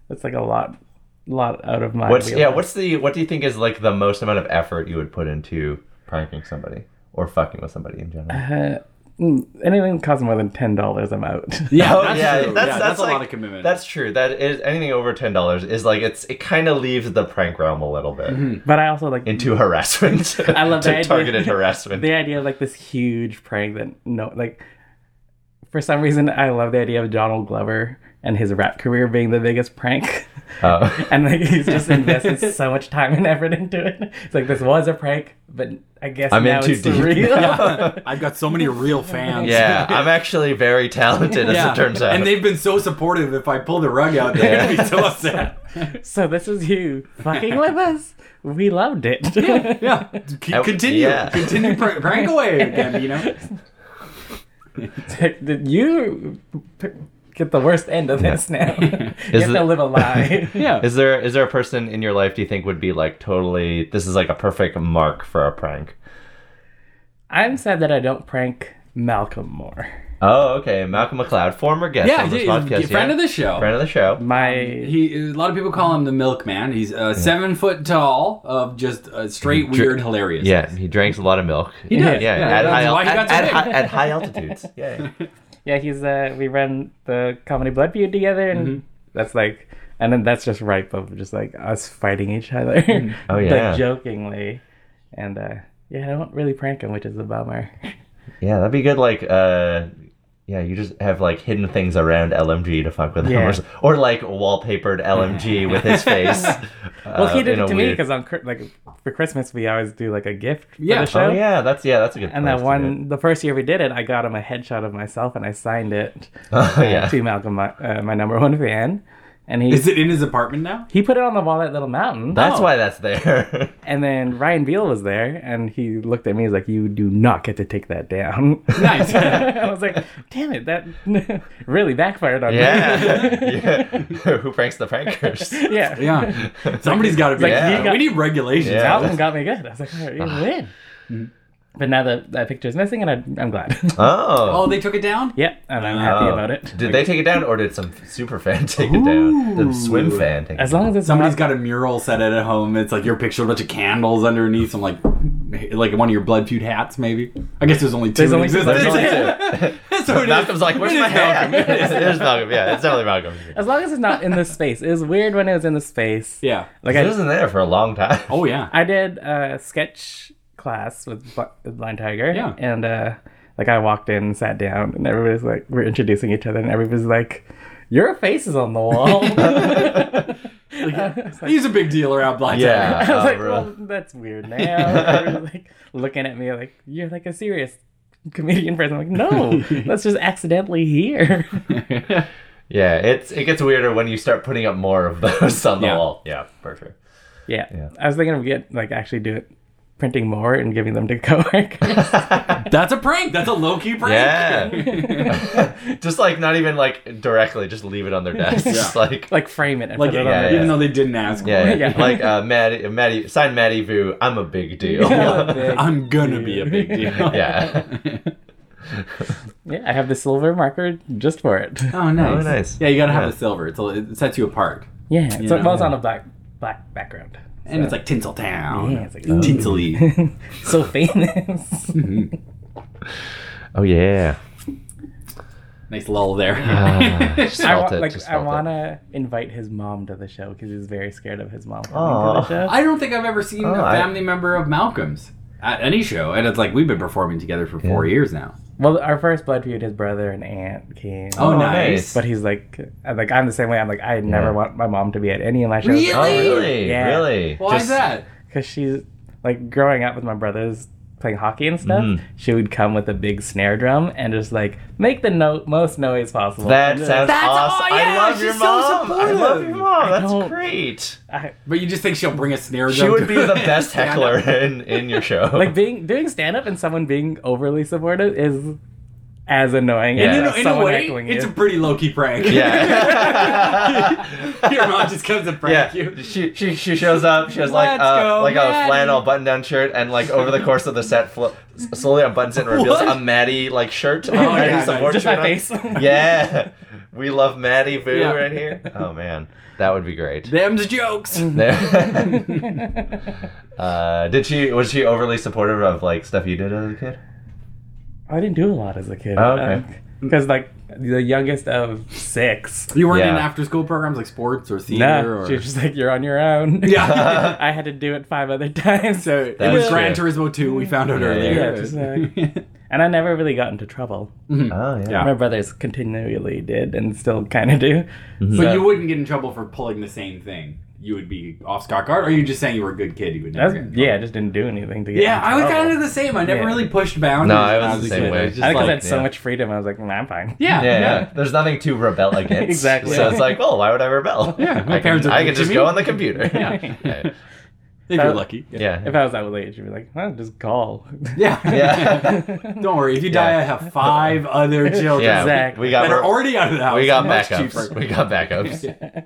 Speaker 3: that's like a lot, lot out of my.
Speaker 1: what's yeah
Speaker 3: wheelhouse.
Speaker 1: what's the what do you think is like the most amount of effort you would put into pranking somebody or fucking with somebody in general
Speaker 3: Mm, anything that costs more than ten dollars, I'm out.
Speaker 2: Yeah,
Speaker 1: Oh,
Speaker 2: that's
Speaker 1: yeah,
Speaker 2: true.
Speaker 1: that's,
Speaker 2: yeah,
Speaker 1: that's,
Speaker 2: that's a
Speaker 1: like-
Speaker 2: lot of commitment.
Speaker 1: That's true. That is anything over ten dollars is like it's it kind of leaves the prank realm a little bit
Speaker 2: Mm-hmm.
Speaker 3: but I also like
Speaker 1: into harassment. I
Speaker 3: love the
Speaker 1: to
Speaker 3: idea-
Speaker 1: targeted harassment.
Speaker 3: the idea of like this huge prank that no like for some reason I love the idea of Donald Glover and his rap career being the biggest prank.
Speaker 1: Uh,
Speaker 3: And like he's just invested so much time and effort into it. It's like this was a prank, but I guess
Speaker 1: I'm in
Speaker 3: now
Speaker 1: too
Speaker 3: it's
Speaker 1: deep.
Speaker 3: real.
Speaker 2: I've got so many real fans.
Speaker 1: yeah, I'm actually very talented as
Speaker 2: Yeah.
Speaker 1: it turns out.
Speaker 2: And they've been so supportive. If I pull the rug out, they're gonna be so upset.
Speaker 3: So this is you fucking with us. We loved it.
Speaker 2: Yeah, C-
Speaker 1: Uh,
Speaker 2: continue,
Speaker 1: yeah.
Speaker 2: continue, prank, prank away again. You know,
Speaker 3: Did you p- get the worst end of this now? you
Speaker 1: Is
Speaker 3: have to
Speaker 1: it-
Speaker 3: live a lie.
Speaker 2: yeah.
Speaker 1: Is there is there a person in your life do you think would be like totally this is like a perfect mark for a prank?
Speaker 3: I'm sad that I don't prank Malcolm more.
Speaker 1: Oh, okay. Malcolm McLeod, former guest
Speaker 2: yeah,
Speaker 1: on
Speaker 2: yeah,
Speaker 1: this podcast.
Speaker 2: friend
Speaker 1: yeah.
Speaker 2: of the Mm. show.
Speaker 1: Friend of the show.
Speaker 3: My
Speaker 2: He, a lot of people call him the milkman. He's uh, seven foot tall, of just uh, straight weird, hilarious.
Speaker 1: Yeah, he drinks a lot of milk. He
Speaker 2: does.
Speaker 1: Yeah,
Speaker 2: Yeah,
Speaker 1: at,
Speaker 2: that's
Speaker 1: high,
Speaker 2: why he
Speaker 1: at,
Speaker 2: got so
Speaker 1: at
Speaker 2: big.
Speaker 1: high, at high altitudes. Yeah.
Speaker 3: yeah, he's uh we run the comedy Blood Feud together, and
Speaker 1: Mm-hmm.
Speaker 3: that's like, and then that's just ripe of just like us fighting each other,
Speaker 1: Oh, yeah.
Speaker 3: like jokingly, and uh yeah, I don't really prank him, which is a bummer.
Speaker 1: Uh, Yeah, that'd be good like uh yeah, you just have like hidden things around LMG to fuck with him,
Speaker 3: Yeah.
Speaker 1: or, s- or like wallpapered LMG with his face.
Speaker 3: well, he
Speaker 1: uh,
Speaker 3: did
Speaker 1: in
Speaker 3: it
Speaker 1: a
Speaker 3: to me
Speaker 1: weird-
Speaker 3: 'cause me because on Chri- like for Christmas we always do like a gift for
Speaker 2: Yeah.
Speaker 3: the
Speaker 2: Oh,
Speaker 3: show.
Speaker 1: Oh yeah, that's yeah, that's a good.
Speaker 3: And
Speaker 1: place
Speaker 3: that
Speaker 1: to do it.
Speaker 3: one, the first year we did it, I got him a headshot of myself and I signed it
Speaker 1: Oh, yeah.
Speaker 3: to Malcolm, my, uh, my number one fan. And he
Speaker 2: Is it in his apartment now?
Speaker 3: he put it on the wall at Little Mountain.
Speaker 1: That's
Speaker 2: Oh.
Speaker 1: why that's there.
Speaker 3: And then Ryan Beal was there and he looked at me. He's like, You do not get to take that down.
Speaker 2: Nice.
Speaker 3: I was like, Damn it, that really backfired on
Speaker 1: Yeah. yeah. Who pranks the prankers?
Speaker 3: me. Yeah. yeah.
Speaker 2: Yeah, somebody's got to be.
Speaker 3: Like,
Speaker 1: he
Speaker 2: yeah.
Speaker 3: got-
Speaker 2: we need regulations.
Speaker 1: Yeah.
Speaker 3: Malcolm got me good. I was like, All right, you
Speaker 1: Ah.
Speaker 3: win. But now that that picture is missing and I, I'm glad.
Speaker 1: Oh.
Speaker 2: Oh, they took it down.
Speaker 3: yeah, and I'm happy
Speaker 1: Oh.
Speaker 3: about it.
Speaker 1: Did they take it down, or did some super fan take it down? Did
Speaker 2: Ooh.
Speaker 1: swim fan take
Speaker 3: As
Speaker 1: it down?
Speaker 3: long as it's
Speaker 2: Somebody's
Speaker 3: not-
Speaker 2: got a mural set out at home. It's like your picture, a bunch of candles underneath, some like like one of your blood feud hats, maybe. I guess there's only two.
Speaker 3: There's
Speaker 2: in
Speaker 3: only-
Speaker 2: existence.
Speaker 3: there's
Speaker 1: only
Speaker 2: so it is-
Speaker 1: Malcolm's like, where's
Speaker 2: it
Speaker 1: my
Speaker 2: is
Speaker 1: hand?
Speaker 2: Malcolm. It is.
Speaker 1: There's Malcolm. Yeah, it's definitely Malcolm.
Speaker 3: As long as it's not in the space. It was weird when it was in the space.
Speaker 2: Yeah.
Speaker 3: Like
Speaker 1: It
Speaker 3: I,
Speaker 1: wasn't there for a long time.
Speaker 2: Oh yeah.
Speaker 3: I did a sketch class with, Bl- with Blind Tiger.
Speaker 2: Yeah.
Speaker 3: And uh, like I walked in, sat down, and everybody's like, we're introducing each other, and everybody's like, your face is on the wall.
Speaker 2: He's a big deal around Black
Speaker 1: Yeah.
Speaker 3: I was
Speaker 1: Oh,
Speaker 3: like,
Speaker 1: really?
Speaker 3: well, that's weird now. Everyone's, like looking at me like, you're like a serious comedian person. I'm like, no, that's just accidentally here.
Speaker 1: Yeah, it's it gets weirder when you start putting up more of those on the
Speaker 2: Yeah.
Speaker 1: wall. Yeah, for sure.
Speaker 3: yeah.
Speaker 1: Yeah.
Speaker 3: I was thinking of get like actually do it, printing more and giving them to coworkers.
Speaker 2: That's a prank. That's a low key prank.
Speaker 1: Yeah. just like not even like directly, just leave it on their desk. Just like
Speaker 3: like frame it and
Speaker 2: Like
Speaker 3: put it
Speaker 1: yeah,
Speaker 3: on
Speaker 2: even
Speaker 3: the
Speaker 1: yeah.
Speaker 2: though they didn't ask. for
Speaker 1: yeah,
Speaker 2: it.
Speaker 1: yeah.
Speaker 3: Yeah.
Speaker 1: like uh, Maddie, Maddie, sign Maddie Vu. I'm a big deal.
Speaker 2: I'm gonna be a big deal.
Speaker 1: yeah.
Speaker 3: Yeah, I have the silver marker just for it.
Speaker 2: Oh nice.
Speaker 1: Oh, nice.
Speaker 2: Yeah, you gotta
Speaker 1: Yeah.
Speaker 2: have the silver. It's a, it sets you apart.
Speaker 3: Yeah, so
Speaker 2: know,
Speaker 3: it falls on a black black background.
Speaker 2: And it's like Tinseltown.
Speaker 3: Yeah, it's like-
Speaker 2: Tinsely.
Speaker 3: So famous.
Speaker 1: Oh yeah. Ah,
Speaker 2: nice lull there.
Speaker 1: Just
Speaker 3: I, wa-
Speaker 1: felt it,
Speaker 3: like,
Speaker 1: just
Speaker 3: I
Speaker 1: felt it.
Speaker 3: wanna invite his mom to the show because he's very scared of his mom coming
Speaker 1: Aw.
Speaker 3: to the show.
Speaker 2: I don't think I've ever seen
Speaker 1: Oh,
Speaker 2: a
Speaker 1: I-
Speaker 2: family member of Malcolm's. at any show, and it's like we've been performing together for four years now.
Speaker 3: Well, our first blood feud, his brother and aunt came.
Speaker 2: Oh,
Speaker 1: Oh,
Speaker 2: nice.
Speaker 1: nice.
Speaker 3: But he's like, I'm like I'm the same way. I'm like, I never
Speaker 1: Yeah.
Speaker 3: want my mom to be at any of my shows.
Speaker 2: Really?
Speaker 1: Oh, really?
Speaker 3: Yeah.
Speaker 1: Really?
Speaker 2: Why is
Speaker 1: Just-
Speaker 2: that?
Speaker 3: Because she's like growing up with my brothers playing hockey and stuff.
Speaker 1: Mhm.
Speaker 3: She would come with a big snare drum and just like make the no- most noise possible.
Speaker 1: That
Speaker 3: And, uh,
Speaker 1: sounds
Speaker 2: That's-
Speaker 1: awesome.
Speaker 2: oh, yeah,
Speaker 1: I love your
Speaker 2: she's so
Speaker 1: mom. I love your
Speaker 2: supportive.
Speaker 1: mom. That's
Speaker 3: don't-
Speaker 1: great.
Speaker 3: I-
Speaker 2: But you just think she'll bring a snare drum?
Speaker 1: She would
Speaker 2: to-
Speaker 1: be the best
Speaker 2: Stand up.
Speaker 1: heckler in, in your show.
Speaker 3: like being doing stand up and someone being overly supportive is as annoying
Speaker 1: Yeah.
Speaker 3: as
Speaker 2: You know, in a
Speaker 3: someone
Speaker 2: way,
Speaker 3: heckling
Speaker 2: it's a
Speaker 3: you.
Speaker 2: pretty low key prank.
Speaker 1: yeah.
Speaker 2: Your mom just comes and
Speaker 1: Yeah,
Speaker 2: prank you.
Speaker 1: she, she she shows up. She has like
Speaker 2: Let's
Speaker 1: uh,
Speaker 2: go,
Speaker 1: like
Speaker 2: Maddie.
Speaker 1: a flannel button down shirt, and like over the course of the set, flo- s- slowly unbuttons it and reveals
Speaker 2: What?
Speaker 1: a Maddie like shirt. Oh,
Speaker 2: yeah,
Speaker 1: Maddie
Speaker 2: nice.
Speaker 1: support
Speaker 3: just
Speaker 1: shirt
Speaker 3: my
Speaker 1: on.
Speaker 3: face.
Speaker 1: Yeah, we love Maddie Boo
Speaker 2: Yeah.
Speaker 1: right here. Oh man, that would be great.
Speaker 2: Them's jokes.
Speaker 1: uh, did she was she overly supportive of like stuff you did as a kid?
Speaker 3: I didn't do a lot as a kid.
Speaker 1: Oh, okay.
Speaker 3: Because like the youngest of six.
Speaker 2: You weren't in
Speaker 1: Yeah.
Speaker 2: after school programs like sports or
Speaker 3: No,
Speaker 2: theater or.
Speaker 3: she was just like, "You're on your own."
Speaker 2: Yeah.
Speaker 3: I had to do it five other times.
Speaker 2: So
Speaker 3: So,
Speaker 2: it was
Speaker 1: is
Speaker 2: Gran
Speaker 1: true.
Speaker 2: Turismo 2, we found out
Speaker 1: Yeah, Mhm.
Speaker 2: earlier.
Speaker 3: yeah, just, uh, and I never really got into trouble.
Speaker 1: Oh yeah.
Speaker 2: Yeah.
Speaker 3: My brothers continually did, and still kind of do.
Speaker 2: But
Speaker 3: So-
Speaker 2: you wouldn't get in trouble for pulling the same thing. You would be off Scott Guard, or are you just saying you were a good kid? You would never
Speaker 3: That's,
Speaker 2: get in trouble?
Speaker 3: yeah, I just didn't do anything to get.
Speaker 2: Yeah, I was kind
Speaker 3: kind
Speaker 2: of the same. I never
Speaker 3: Yeah.
Speaker 2: really pushed boundaries.
Speaker 1: No, I
Speaker 2: when
Speaker 1: was the
Speaker 2: a
Speaker 1: same
Speaker 2: kid.
Speaker 1: way.
Speaker 2: I was just
Speaker 3: I think 'cause
Speaker 2: like,
Speaker 3: I had so
Speaker 1: yeah.
Speaker 3: much freedom. I was like, nah, "I'm fine."
Speaker 2: yeah,
Speaker 1: Yeah, yeah. there's nothing to rebel against.
Speaker 3: Exactly.
Speaker 1: So it's like, well, why would I rebel?
Speaker 2: Yeah, my
Speaker 1: I
Speaker 2: parents
Speaker 1: can,
Speaker 2: are
Speaker 1: I can
Speaker 2: good to
Speaker 1: just
Speaker 2: me.
Speaker 1: go on the computer.
Speaker 2: Yeah.
Speaker 1: Right.
Speaker 2: If
Speaker 3: So-
Speaker 2: you're lucky.
Speaker 1: yeah.
Speaker 3: If I was that late, she'd be like, "Well, just call."
Speaker 2: Yeah.
Speaker 1: Yeah.
Speaker 2: Don't worry. If you die, I have five other children
Speaker 1: Yeah,
Speaker 3: Exactly.
Speaker 1: we, we
Speaker 2: that are
Speaker 1: got
Speaker 2: already out of the house.
Speaker 1: we got
Speaker 2: Much
Speaker 1: backups.
Speaker 2: cheaper.
Speaker 1: We got backups.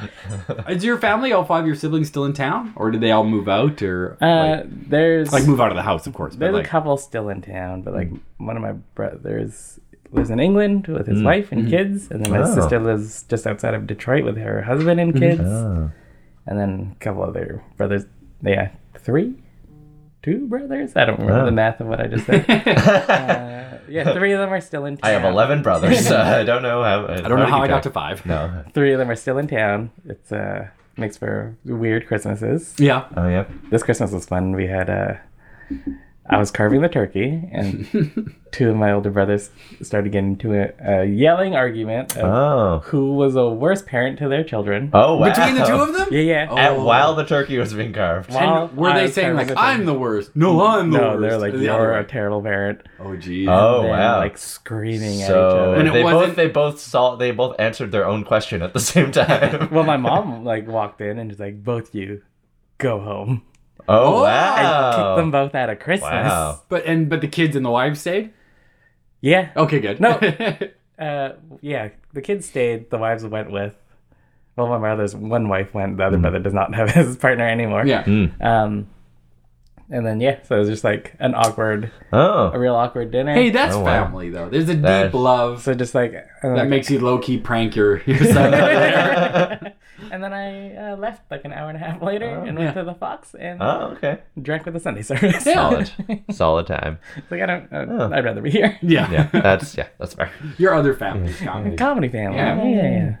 Speaker 3: Uh,
Speaker 2: Is your family, all five of your siblings, still in town, or did they all move out, or
Speaker 3: Uh, there's
Speaker 2: like, like move out of the house? Of course, but
Speaker 3: There's
Speaker 2: like Mm.
Speaker 3: a couple still in town, but like one of my brothers lives in England with
Speaker 2: Mm.
Speaker 3: his wife
Speaker 2: Mm-hmm.
Speaker 3: and kids, and then my
Speaker 1: Oh.
Speaker 3: sister lives just outside of Detroit with her husband
Speaker 2: Mm-hmm.
Speaker 3: and kids,
Speaker 1: Oh.
Speaker 3: and then a couple other brothers. Yeah, three, two brothers. I don't remember
Speaker 1: Oh.
Speaker 3: the math of what I just said. uh, yeah, three of them are still in town.
Speaker 1: I have 11 brothers. so I don't know how.
Speaker 2: I don't know how I got to five.
Speaker 1: No.
Speaker 3: Three of them are still in town. It's uh makes for weird Christmases.
Speaker 2: Yeah.
Speaker 1: Oh, yep.
Speaker 3: this Christmas was fun. We had uh, I was carving the turkey, and two of my older brothers started getting into a, a yelling argument of
Speaker 1: Oh.
Speaker 3: who was a worse parent to their children.
Speaker 1: Oh, wow.
Speaker 2: Between the two of them?
Speaker 3: Yeah, yeah.
Speaker 2: Oh.
Speaker 1: And while the turkey was being carved.
Speaker 3: Wow.
Speaker 2: And were
Speaker 3: I
Speaker 2: they
Speaker 3: was
Speaker 2: saying
Speaker 3: kind
Speaker 2: like
Speaker 3: of
Speaker 2: I'm the worst? No, I'm the
Speaker 3: no,
Speaker 2: worst.
Speaker 3: they're like
Speaker 2: Or the other
Speaker 3: you're
Speaker 2: way.
Speaker 3: a terrible parent.
Speaker 2: Oh geez.
Speaker 1: Oh,
Speaker 3: Then,
Speaker 1: wow.
Speaker 3: Like screaming
Speaker 1: so
Speaker 3: at each
Speaker 2: And
Speaker 3: other.
Speaker 2: it
Speaker 1: they
Speaker 2: wasn't-
Speaker 1: both they both saw they both answered their own question at the same time.
Speaker 3: Well, my mom like walked in and was like, "Both you, go home."
Speaker 1: oh
Speaker 2: I
Speaker 1: wow!
Speaker 3: Kicked them both out of Christmas.
Speaker 1: Wow.
Speaker 2: But and but the kids and the wives stayed.
Speaker 3: Yeah.
Speaker 2: Okay, good.
Speaker 3: No. Uh, yeah, the kids stayed. The wives went with. Well, my mother's one wife went. The other brother does not have his partner anymore.
Speaker 2: Mm. yeah.
Speaker 3: Um, and then yeah, so it was just like an awkward, a
Speaker 1: Oh,
Speaker 3: real awkward dinner.
Speaker 2: Hey, that's
Speaker 1: Oh, wow.
Speaker 2: family though. There's a
Speaker 1: That's-
Speaker 2: deep love
Speaker 3: so just like and,
Speaker 2: that
Speaker 3: like-
Speaker 2: makes you low key prank your, your son. there.
Speaker 3: and then I uh, left like an hour and a half later and went
Speaker 2: Oh, yeah.
Speaker 3: to the Fox and
Speaker 1: oh, okay.
Speaker 3: drank with the Sunday service.
Speaker 1: Solid, solid time.
Speaker 3: It's like I don't, uh,
Speaker 1: Oh.
Speaker 3: I'd rather be here.
Speaker 2: Yeah.
Speaker 1: Yeah, that's yeah, that's fair.
Speaker 2: Your other family's comedy.
Speaker 3: Comedy family.
Speaker 2: Yeah.
Speaker 3: Yeah, yeah, yeah.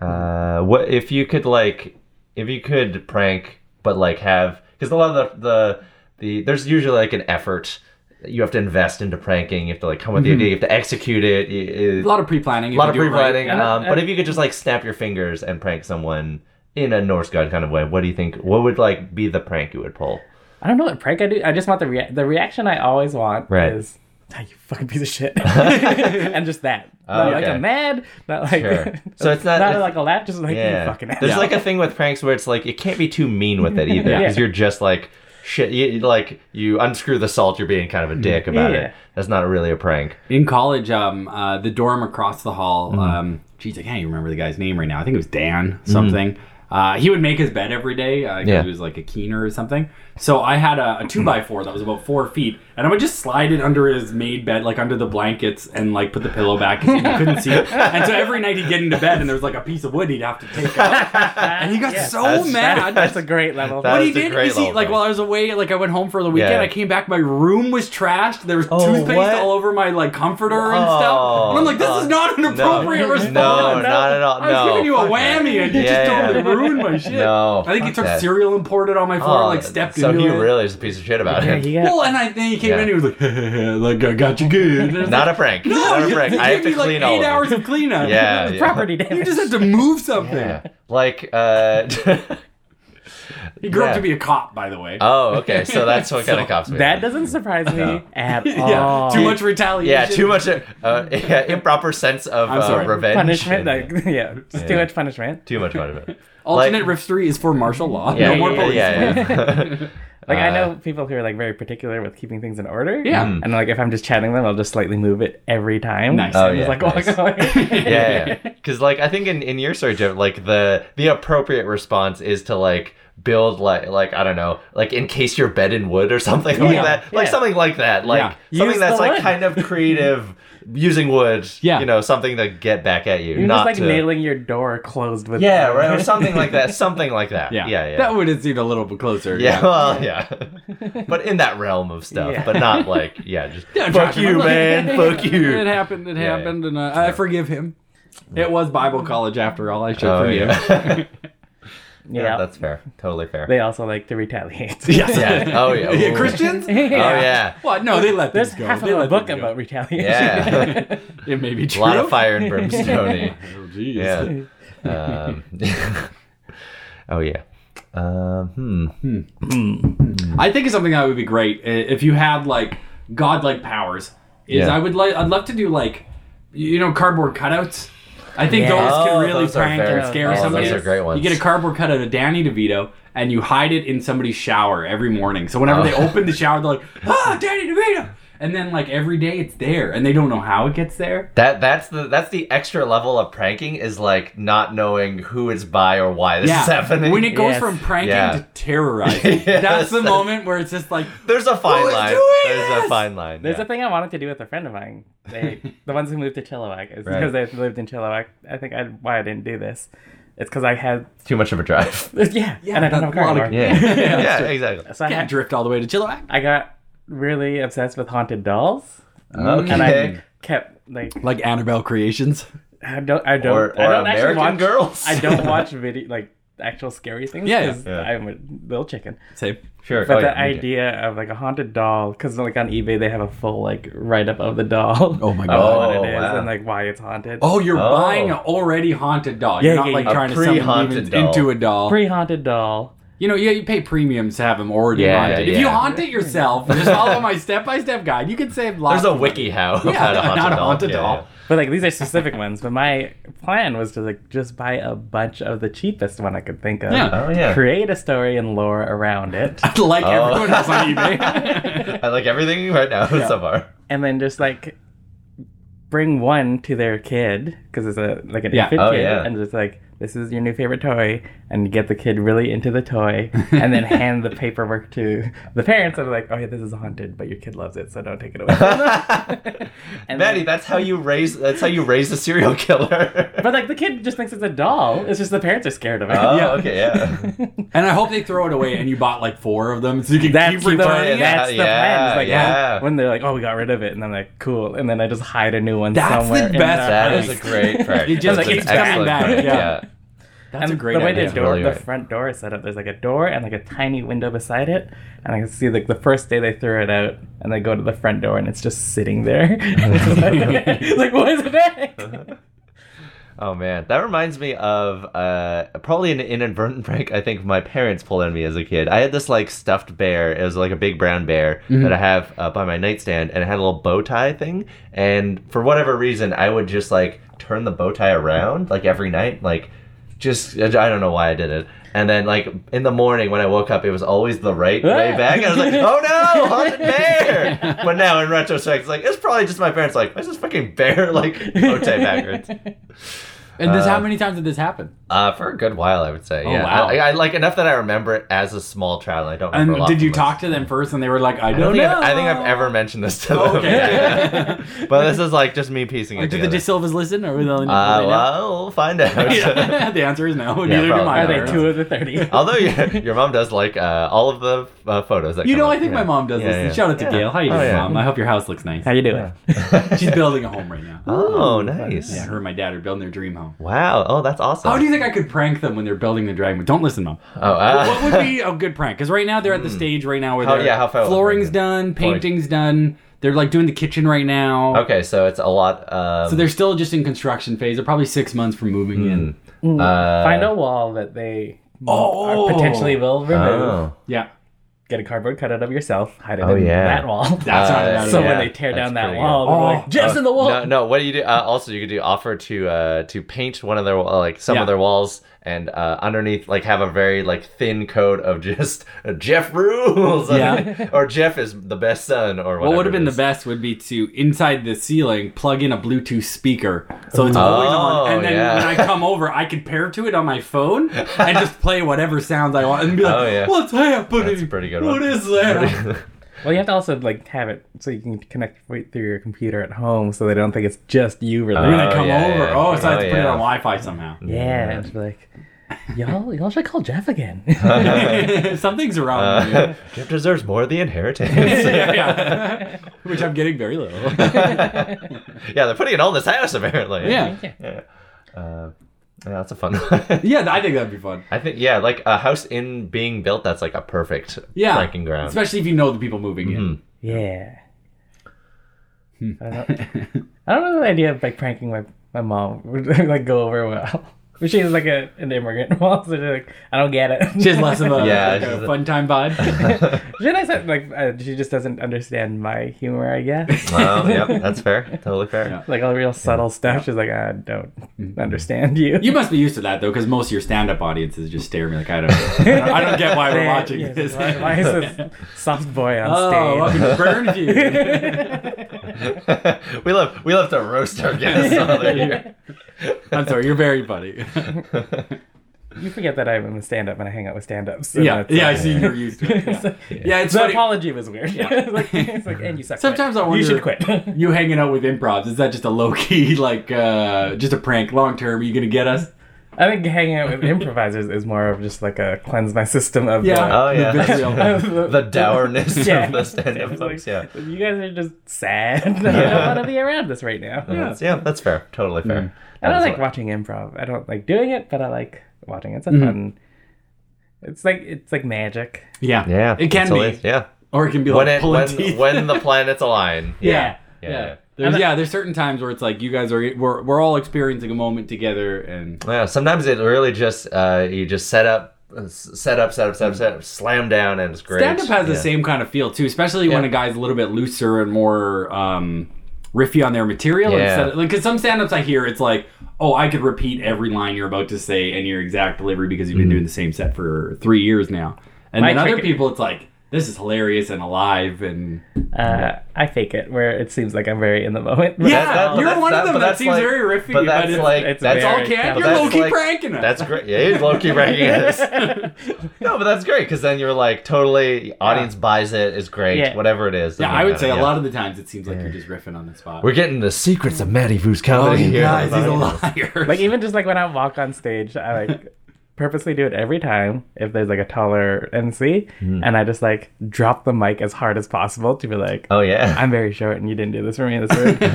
Speaker 1: Uh, what if you could like if you could prank but like have because a lot of the, the the there's usually like an effort that you have to invest into pranking you have to like come with the
Speaker 3: Mm-hmm.
Speaker 1: idea you have to execute it, you- it-
Speaker 2: A lot of pre planning.
Speaker 1: a lot of pre-planning
Speaker 3: And I-
Speaker 1: um, but if you could just like snap your fingers and prank someone in a Norse god kind of way what do you think what would like be the prank you would pull
Speaker 3: I don't know what prank I do. I just want the rea- the reaction I always want
Speaker 1: Right.
Speaker 3: is, "Ah, you fucking piece of shit," and just that. Not like
Speaker 1: Oh, Okay.
Speaker 3: I'm mad. Not like
Speaker 1: Sure. So it's not- it's-
Speaker 3: like a laugh. Just like
Speaker 1: yeah
Speaker 3: you fucking
Speaker 1: there's
Speaker 3: ass.
Speaker 1: like a thing with pranks where it's like you can't be too mean with it either
Speaker 3: Yeah.
Speaker 1: because you're just like shit you, you, like you unscrew the salt you're being kind of a dick about
Speaker 3: Mm-hmm. Yeah.
Speaker 1: it that's not really a prank
Speaker 2: In college, um, uh, the dorm across the hall,
Speaker 1: Mm-hmm.
Speaker 2: um, geez, I can't even remember the guy's name right now. I think it was Dan something. Uh, he would make his bed every day uh, because
Speaker 1: Yeah.
Speaker 2: he was like a keener or something. So I had a, a two by four that was about four feet, And I would just slide it under his made bed, like under the blankets, and like put the pillow back because he couldn't see it. And so every night he'd get into bed, and there was like a piece of wood he'd have to take out. And he got so
Speaker 1: That's-
Speaker 2: mad.
Speaker 3: That's a great level.
Speaker 1: That-
Speaker 2: what
Speaker 1: was
Speaker 2: he
Speaker 1: the
Speaker 2: did
Speaker 1: great
Speaker 2: is he
Speaker 1: little
Speaker 2: like
Speaker 1: thing.
Speaker 2: while I was away, like I went home for the weekend.
Speaker 1: Yeah.
Speaker 2: I came back, my room was trashed. There was toothpaste
Speaker 1: what?
Speaker 2: all over my like comforter and stuff.
Speaker 1: Oh,
Speaker 2: And I'm like, this is
Speaker 1: God.
Speaker 2: not an appropriate
Speaker 1: no,
Speaker 2: response.
Speaker 1: No, not at all.
Speaker 2: I was
Speaker 1: no.
Speaker 2: giving you a whammy, and you
Speaker 1: Yeah,
Speaker 2: just
Speaker 1: yeah.
Speaker 2: totally ruined my shit.
Speaker 1: No,
Speaker 2: I think he
Speaker 1: fuck
Speaker 2: took
Speaker 1: that.
Speaker 2: cereal and poured it on my floor,
Speaker 1: Oh,
Speaker 2: like stepped
Speaker 1: so
Speaker 2: into
Speaker 1: he
Speaker 2: it.
Speaker 1: really is a piece of shit about
Speaker 3: yeah,
Speaker 1: it.
Speaker 3: he got
Speaker 2: well, and I then he came
Speaker 1: Yeah.
Speaker 2: in and he was like, like I got you good. And I was
Speaker 1: Not
Speaker 2: like,
Speaker 1: a prank.
Speaker 2: no,
Speaker 1: not a
Speaker 2: you-
Speaker 1: prank.
Speaker 2: you
Speaker 1: I have
Speaker 2: gave
Speaker 1: to
Speaker 2: me like
Speaker 1: clean all
Speaker 2: eight
Speaker 1: of it.
Speaker 2: hours of cleanup.
Speaker 1: Yeah, yeah.
Speaker 3: property damage.
Speaker 2: You just had to move something.
Speaker 1: Yeah. Like, uh,
Speaker 2: He grew up
Speaker 1: Yeah.
Speaker 2: to be a cop, by the way.
Speaker 1: oh, okay. So that's what kind of cops we
Speaker 3: that
Speaker 1: are.
Speaker 3: doesn't surprise me
Speaker 1: No.
Speaker 3: at
Speaker 2: yeah,
Speaker 3: all.
Speaker 2: too much retaliation.
Speaker 1: Yeah, too much uh, yeah, improper sense of
Speaker 2: I'm
Speaker 1: uh,
Speaker 2: sorry.
Speaker 1: revenge.
Speaker 3: punishment.
Speaker 1: and-
Speaker 3: Like, yeah, just too
Speaker 1: Yeah.
Speaker 3: much punishment.
Speaker 1: too much punishment.
Speaker 2: Alternate
Speaker 1: Like-
Speaker 2: rift three is for martial law.
Speaker 1: Yeah,
Speaker 2: no more
Speaker 1: yeah,
Speaker 2: police.
Speaker 1: yeah, yeah.
Speaker 3: Like I
Speaker 1: Uh,
Speaker 3: know people who are like very particular with keeping things in order.
Speaker 2: Yeah. Mm.
Speaker 3: and like if I'm just chatting them, I'll just slightly move it every time.
Speaker 2: Nice.
Speaker 3: So
Speaker 2: Oh,
Speaker 3: I'm just
Speaker 1: yeah,
Speaker 3: like
Speaker 1: nice.
Speaker 3: walk away.
Speaker 1: yeah, because like I think in, in your story, Jeff, like the the appropriate response is to like build like like I don't know, like encase your bed in wood or something like
Speaker 3: Yeah,
Speaker 1: that, like
Speaker 3: yeah.
Speaker 1: something like that, like
Speaker 3: Yeah.
Speaker 1: something
Speaker 3: Use
Speaker 1: that's
Speaker 3: the
Speaker 1: like
Speaker 3: wood.
Speaker 1: kind of creative, using wood.
Speaker 2: Yeah.
Speaker 1: you know, something to get back at you,
Speaker 3: You're
Speaker 1: not
Speaker 3: just like
Speaker 1: to.
Speaker 3: nailing your door closed with
Speaker 1: yeah, right, or something like that, something like that.
Speaker 2: Yeah.
Speaker 1: yeah, yeah.
Speaker 2: That would have seemed a little bit closer.
Speaker 1: yeah, well, yeah, but in that realm of stuff,
Speaker 3: Yeah.
Speaker 1: but not like, yeah, just
Speaker 2: Yeah,
Speaker 1: fuck
Speaker 2: trash him.
Speaker 1: you, man, fuck
Speaker 2: It
Speaker 1: you.
Speaker 2: happened. It
Speaker 1: yeah.
Speaker 2: happened, and uh, I forgive him. It was Bible college after all. I should
Speaker 1: Oh,
Speaker 2: forgive.
Speaker 1: yeah.
Speaker 3: yeah.
Speaker 1: yeah, that's fair, totally fair.
Speaker 3: they also like to retaliate.
Speaker 2: Yes.
Speaker 1: Yeah. Oh yeah.
Speaker 2: Yeah,
Speaker 1: Ooh.
Speaker 2: Christians?
Speaker 3: Yeah.
Speaker 1: Oh yeah.
Speaker 2: What? No, they let
Speaker 3: There's
Speaker 2: things go.
Speaker 3: half of
Speaker 2: they
Speaker 3: a
Speaker 2: let
Speaker 3: book
Speaker 2: things go.
Speaker 3: about retaliation.
Speaker 1: Yeah.
Speaker 2: it. May be
Speaker 1: a
Speaker 2: true.
Speaker 1: lot of fire and brimstone.
Speaker 2: Oh, jeez.
Speaker 1: Yeah. Um, oh yeah. Um, hmm.
Speaker 2: I think something that would be great i- if you had like godlike powers. Is
Speaker 1: Yeah.
Speaker 2: I would like I'd love to do like you know cardboard cutouts. I think
Speaker 3: Yeah.
Speaker 2: those can
Speaker 1: Oh,
Speaker 2: really
Speaker 1: those are
Speaker 2: prank
Speaker 1: very-
Speaker 2: and scare
Speaker 3: oh, those
Speaker 2: somebody.
Speaker 1: are great ones.
Speaker 2: You get a cardboard cutout of Danny DeVito and you hide it in somebody's shower every morning. So whenever
Speaker 1: Oh.
Speaker 2: they open the shower, they're like, "Ah, Danny DeVito!" And then like every day it's there, and they don't know how it gets there.
Speaker 1: That that's the that's the extra level of pranking is like not knowing who it's by or why this
Speaker 2: yeah,
Speaker 1: is happening.
Speaker 2: when it goes
Speaker 3: Yes.
Speaker 2: from pranking
Speaker 1: Yeah.
Speaker 2: to terrorizing,
Speaker 1: Yes.
Speaker 2: that's the moment where it's just like,
Speaker 1: There's a fine
Speaker 2: Who is
Speaker 1: line.
Speaker 2: doing
Speaker 1: There's
Speaker 2: this?
Speaker 1: a fine line.
Speaker 3: There's
Speaker 1: yeah.
Speaker 3: a thing I wanted to do with a friend of mine. They, the ones who moved to Chilliwack, is
Speaker 1: Right.
Speaker 3: because they lived in Chilliwack. I think I, why I didn't do this. It's because I had
Speaker 1: Too much of a drive.
Speaker 3: yeah, and I don't have a
Speaker 2: that's a
Speaker 3: car
Speaker 2: lot of-
Speaker 3: anymore.
Speaker 1: Yeah. yeah. exactly.
Speaker 3: So I,
Speaker 2: can't
Speaker 3: had,
Speaker 2: drift all the way to Chilliwack.
Speaker 3: I got really obsessed with haunted dolls,
Speaker 1: Okay.
Speaker 3: and I kept like
Speaker 2: Like Annabelle Creations.
Speaker 3: I don't I don't
Speaker 1: Or-
Speaker 3: I
Speaker 1: or
Speaker 3: don't actually
Speaker 1: American
Speaker 3: watch
Speaker 1: Girls.
Speaker 3: I don't watch video like actual scary things.
Speaker 2: Yeah,
Speaker 3: 'cause
Speaker 1: yeah.
Speaker 3: I'm a little chicken.
Speaker 2: Same.
Speaker 1: Sure.
Speaker 3: But
Speaker 1: oh,
Speaker 3: the
Speaker 1: yeah, you do.
Speaker 3: idea of like a haunted doll, because like on eBay they have a full like write up of the doll.
Speaker 2: Oh my
Speaker 3: of
Speaker 2: God.
Speaker 3: what
Speaker 1: Oh,
Speaker 3: it is
Speaker 1: wow.
Speaker 3: and like why it's haunted.
Speaker 2: Oh, you're
Speaker 1: Oh.
Speaker 2: buying an already haunted doll.
Speaker 3: Yeah,
Speaker 2: you're not
Speaker 3: yeah,
Speaker 2: like
Speaker 3: yeah.
Speaker 2: trying to
Speaker 1: A
Speaker 2: summon
Speaker 1: pre-haunted
Speaker 2: demons
Speaker 1: doll.
Speaker 2: into a doll.
Speaker 3: Pre haunted doll.
Speaker 2: you know, yeah, you pay premiums to have them already
Speaker 1: Yeah,
Speaker 2: haunted. If
Speaker 1: yeah.
Speaker 2: you haunt it yourself, just follow my step-by-step guide. You can save lots.
Speaker 1: There's a
Speaker 2: of money.
Speaker 1: wiki how
Speaker 2: Yeah,
Speaker 1: how to haunt
Speaker 2: not
Speaker 1: a
Speaker 2: a
Speaker 1: doll.
Speaker 2: haunted
Speaker 1: Yeah,
Speaker 2: doll.
Speaker 1: yeah.
Speaker 3: But like these are specific ones. But my plan was to like just buy a bunch of the cheapest one I could think of.
Speaker 2: Yeah.
Speaker 1: Oh yeah.
Speaker 3: Create a story and lore around it.
Speaker 2: like
Speaker 1: Oh.
Speaker 2: everyone else on eBay.
Speaker 1: I like everything right now so far.
Speaker 3: and then just like bring one to their kid because it's a like an
Speaker 2: Yeah.
Speaker 3: infant
Speaker 1: Oh,
Speaker 3: kid,
Speaker 1: yeah.
Speaker 3: and it's like this is your new favorite toy, and get the kid really into the toy, and then hand the paperwork to the parents, and they're like, oh yeah, this is haunted, but your kid loves it, so don't take it away. from them." and
Speaker 1: Maddie,
Speaker 3: then-
Speaker 1: that's how you raise. That's how you raise a serial killer.
Speaker 3: but like the kid just thinks it's a doll. It's just the parents are scared of it.
Speaker 1: oh,
Speaker 2: Yeah.
Speaker 1: okay, yeah.
Speaker 2: and I hope they throw it away, and you bought like four of them, so you can
Speaker 3: That's
Speaker 2: keep
Speaker 3: the,
Speaker 2: returning. it.
Speaker 3: that's the plan. It's
Speaker 1: Yeah,
Speaker 3: like
Speaker 1: yeah.
Speaker 3: when, when they're like, "Oh, we got rid of it," and I'm like, "Cool," and then I just hide a new one
Speaker 2: That's the
Speaker 3: somewhere. in
Speaker 2: best
Speaker 3: their
Speaker 1: That
Speaker 2: Nice.
Speaker 1: is a great prank.
Speaker 2: You just
Speaker 1: That's an
Speaker 2: keep coming
Speaker 1: excellent
Speaker 2: back,
Speaker 1: prank,
Speaker 2: yeah. That's
Speaker 3: and
Speaker 2: a great
Speaker 3: the way
Speaker 2: idea.
Speaker 3: the door,
Speaker 1: Really
Speaker 3: the
Speaker 1: right.
Speaker 3: front door is set up. There's like a door and like a tiny window beside it, and I can see like the first day they threw it out, and they go to the front door, and it's just sitting there. It's just like, like, what is it? back?
Speaker 1: Oh man, that reminds me of uh, probably an inadvertent prank. I think my parents pulled on me as a kid. I had this like stuffed bear. It was like a big brown bear that I have uh, by my nightstand, and it had a little bow tie thing. And for whatever reason, I would just like turn the bow tie around like every night, like just I don't know why I did it. And then like in the morning when I woke up, it was always the right way
Speaker 3: Ah.
Speaker 1: back. And I was like, oh no, haunted bear. But now in retrospect, it's like it's probably just my parents. Like, why is this fucking bear like bow tie backwards?
Speaker 2: And this, how many times did this happen?
Speaker 1: Uh, for a good while, I would say.
Speaker 3: Oh,
Speaker 1: yeah,
Speaker 2: wow.
Speaker 1: I, I like enough that I remember it as a small child. I don't. Remember a
Speaker 2: And
Speaker 1: lot
Speaker 2: did you
Speaker 1: from this.
Speaker 2: talk to them first, and they were like, "I
Speaker 1: I don't
Speaker 2: don't
Speaker 1: think
Speaker 2: know."
Speaker 1: I've, I think I've ever mentioned this to them.
Speaker 2: Okay.
Speaker 1: but this is like just me piecing it
Speaker 2: Did the
Speaker 1: together.
Speaker 2: De Silvas listen, or will they, will they
Speaker 1: uh,
Speaker 2: know?
Speaker 1: well, we'll find out.
Speaker 2: Yeah. the answer is no. Neither do
Speaker 1: probably.
Speaker 2: my
Speaker 3: Are
Speaker 1: I
Speaker 3: they
Speaker 1: don't
Speaker 2: parents.
Speaker 3: two of the thirty?
Speaker 1: Although your, your mom does like uh, all of the uh, photos that
Speaker 2: You
Speaker 1: come
Speaker 2: know,
Speaker 1: up,
Speaker 2: I think
Speaker 1: yeah.
Speaker 2: my mom does
Speaker 1: Yeah,
Speaker 2: this. And
Speaker 1: yeah.
Speaker 2: Shout out to Gail. How you doing,
Speaker 1: Oh, yeah.
Speaker 2: mom? I hope your house looks nice.
Speaker 3: How you doing?
Speaker 2: She's building a home right now.
Speaker 1: Oh, nice.
Speaker 2: Yeah, her and my dad are building their dream home.
Speaker 1: Wow. Oh, that's awesome.
Speaker 2: How do you think I could prank them when they're building the dragon? Don't listen, mom.
Speaker 1: oh, uh, Hmm.
Speaker 2: What would be a good prank? Because right now they're at the stage right now where
Speaker 1: How-
Speaker 2: they're,
Speaker 1: yeah, how far-
Speaker 2: flooring's done, painting's done. They're like doing the kitchen right now.
Speaker 1: okay, so it's a lot. Um,
Speaker 2: So they're still just in construction phase. They're probably six months from moving in.
Speaker 1: uh,
Speaker 3: Find a wall that they
Speaker 2: Oh.
Speaker 3: are potentially will remove.
Speaker 1: Oh.
Speaker 2: Yeah.
Speaker 3: Get a cardboard cutout of yourself. Hide it
Speaker 1: Oh,
Speaker 3: in
Speaker 1: yeah.
Speaker 3: that wall.
Speaker 2: That's not a bad
Speaker 3: so
Speaker 2: idea.
Speaker 3: when they tear
Speaker 1: Uh, that's
Speaker 3: down that
Speaker 1: pretty
Speaker 3: wall,
Speaker 1: good.
Speaker 3: they're
Speaker 2: Oh.
Speaker 3: like, "Jeff's in the wall."
Speaker 1: No, no. What do you do? Uh, also, you could do offer to uh, to paint one of their like some
Speaker 2: Yeah.
Speaker 1: of their walls, and uh, underneath like have a very like thin code of just uh, Jeff rules,
Speaker 2: Yeah.
Speaker 1: or Jeff is the best son, or whatever
Speaker 2: What would have
Speaker 1: it
Speaker 2: been the
Speaker 1: is.
Speaker 2: best would be to inside the ceiling plug in a Bluetooth speaker so it's always on, and then
Speaker 1: Oh, yeah.
Speaker 2: when I come over, I can pair to it on my phone and just play whatever sounds I want and be like,
Speaker 1: Oh, yeah.
Speaker 2: "What's happening?
Speaker 1: That's a pretty good
Speaker 2: What
Speaker 1: one.
Speaker 2: is that?"
Speaker 3: Well, you have to also like have it so you can connect right through your computer at home, so they don't think it's just you
Speaker 2: When
Speaker 3: really.
Speaker 1: Uh,
Speaker 2: they come
Speaker 1: yeah,
Speaker 2: over,
Speaker 1: yeah.
Speaker 2: oh, so I have
Speaker 1: Oh,
Speaker 2: to put it
Speaker 1: yeah.
Speaker 2: on Wi-Fi somehow.
Speaker 3: yeah, and it's like, y'all, y'all should call Jeff again.
Speaker 2: Something's wrong. with you.
Speaker 1: Uh, Jeff deserves more of the inheritance.
Speaker 2: Yeah. Which I'm getting very little. yeah.
Speaker 1: yeah, they're putting it all in this house apparently. Uh,
Speaker 2: yeah.
Speaker 1: Yeah, that's a fun one.
Speaker 2: I think that'd be fun.
Speaker 1: I think yeah, like a house in being built that's like a perfect
Speaker 2: Yeah.
Speaker 1: planking ground. Mm-hmm.
Speaker 2: Especially if you know the people moving in.
Speaker 3: yeah. I don't, I don't know the idea of like pranking my my mom would like go over well. But she's like a, an immigrant mom, so she's like, I don't get it.
Speaker 2: She has less of a,
Speaker 1: Yeah,
Speaker 2: like
Speaker 1: she's
Speaker 2: a
Speaker 1: a-
Speaker 2: fun time vibe.
Speaker 3: she does like uh, she just doesn't understand my humor, I guess.
Speaker 1: Well, yep, that's fair. Totally fair.
Speaker 2: Yeah.
Speaker 3: like all real subtle stuff. She's like, I don't understand you.
Speaker 2: You must be used to that though, because most of your stand-up audiences just stare at me like I don't. I don't get why we're
Speaker 3: Yeah,
Speaker 2: watching
Speaker 3: yes,
Speaker 2: this.
Speaker 3: Why, why is this soft boy on
Speaker 2: oh, I
Speaker 3: stage?
Speaker 2: fucking burned you.
Speaker 1: we love we love to roast our guests all year.
Speaker 2: I'm sorry, you're very funny.
Speaker 3: You forget that I'm a stand up and I hang out with stand ups.
Speaker 2: yeah, yeah, I see you're used to it. Yeah, yeah it's
Speaker 3: uh, The
Speaker 2: funny.
Speaker 3: apology was weird. It's like, it's like, and you suck.
Speaker 2: Sometimes I
Speaker 3: quit.
Speaker 2: wonder-
Speaker 3: You should quit.
Speaker 2: You hanging out with improvs is that just a low key like uh just a prank long term? Are you gonna get us?
Speaker 3: I think hanging out with improvisers is more of just like a cleanse my system of
Speaker 2: Yeah.
Speaker 1: Oh yeah.
Speaker 2: The vitriol.
Speaker 3: the.
Speaker 1: the dourness
Speaker 3: Yeah.
Speaker 1: of the stand-up
Speaker 3: It's
Speaker 1: folks.
Speaker 3: like,
Speaker 1: Yeah.
Speaker 3: You guys are just sad. I don't want to be around this right now.
Speaker 1: Yeah. That's, yeah, that's fair. Totally fair.
Speaker 2: Mm.
Speaker 3: I don't
Speaker 1: That's
Speaker 3: like
Speaker 1: what-
Speaker 3: watching improv. I don't like doing it, but I like watching it. It's a
Speaker 2: Mm-hmm.
Speaker 3: fun. It's like it's like magic.
Speaker 2: Yeah,
Speaker 1: yeah,
Speaker 2: it can
Speaker 1: it's
Speaker 2: be,
Speaker 1: always- yeah.
Speaker 2: or it can be
Speaker 1: When
Speaker 2: like
Speaker 1: it
Speaker 2: pulling
Speaker 1: when,
Speaker 2: teeth.
Speaker 1: when the planets align.
Speaker 2: yeah.
Speaker 1: Yeah.
Speaker 2: Yeah.
Speaker 1: Yeah.
Speaker 2: There's, yeah, there's certain times where it's like you guys are we're, we're all experiencing a moment together and
Speaker 1: Yeah, sometimes it really just uh, you just set up, set up, set up, set up, set up, slam down, and it's great.
Speaker 2: stand up has the
Speaker 1: Yeah.
Speaker 2: same kind of feel too, especially when
Speaker 1: Yeah.
Speaker 2: a guy's a little bit looser and more um, riffy on their material.
Speaker 1: Yeah.
Speaker 2: Instead of, like, cause some stand ups I hear, it's like, oh, I could repeat every line you're about to say and your exact delivery because you've been doing the same set for three years now. And
Speaker 3: My
Speaker 2: then other
Speaker 3: trick-
Speaker 2: people, it's like, this is hilarious and alive and
Speaker 3: Uh, I fake it where it seems like I'm very in the moment. but
Speaker 2: yeah,
Speaker 1: that- that-
Speaker 2: you're
Speaker 1: that's-
Speaker 2: one
Speaker 1: that-
Speaker 2: of
Speaker 1: but
Speaker 2: them that
Speaker 1: that's
Speaker 2: seems
Speaker 1: like-
Speaker 2: very riffy,
Speaker 1: but that's
Speaker 2: it's,
Speaker 1: like
Speaker 3: It's
Speaker 1: that's
Speaker 2: it's all
Speaker 3: very-
Speaker 2: can. You're
Speaker 1: that's
Speaker 2: low key
Speaker 1: like-
Speaker 2: pranking us.
Speaker 1: That's great. Yeah, he's low key ranking this. No, but that's great because then you're like totally audience buys it is great.
Speaker 3: Yeah.
Speaker 1: Whatever it is.
Speaker 2: yeah,
Speaker 1: doesn't
Speaker 2: I would
Speaker 1: matter,
Speaker 2: say a
Speaker 1: yeah.
Speaker 2: lot of the times it seems like you're just riffing on the spot. Oh,
Speaker 1: We're getting the secrets of Matty Vu's comedy here.
Speaker 2: guys, he's a liar.
Speaker 3: Like even just like when I walk on stage, I like purposely do it every time if there's like a taller MC,
Speaker 2: Mm-hmm.
Speaker 3: and I just like drop the mic as hard as possible to be like,
Speaker 1: Oh yeah.
Speaker 3: I'm very short, and you didn't do this for me. This week.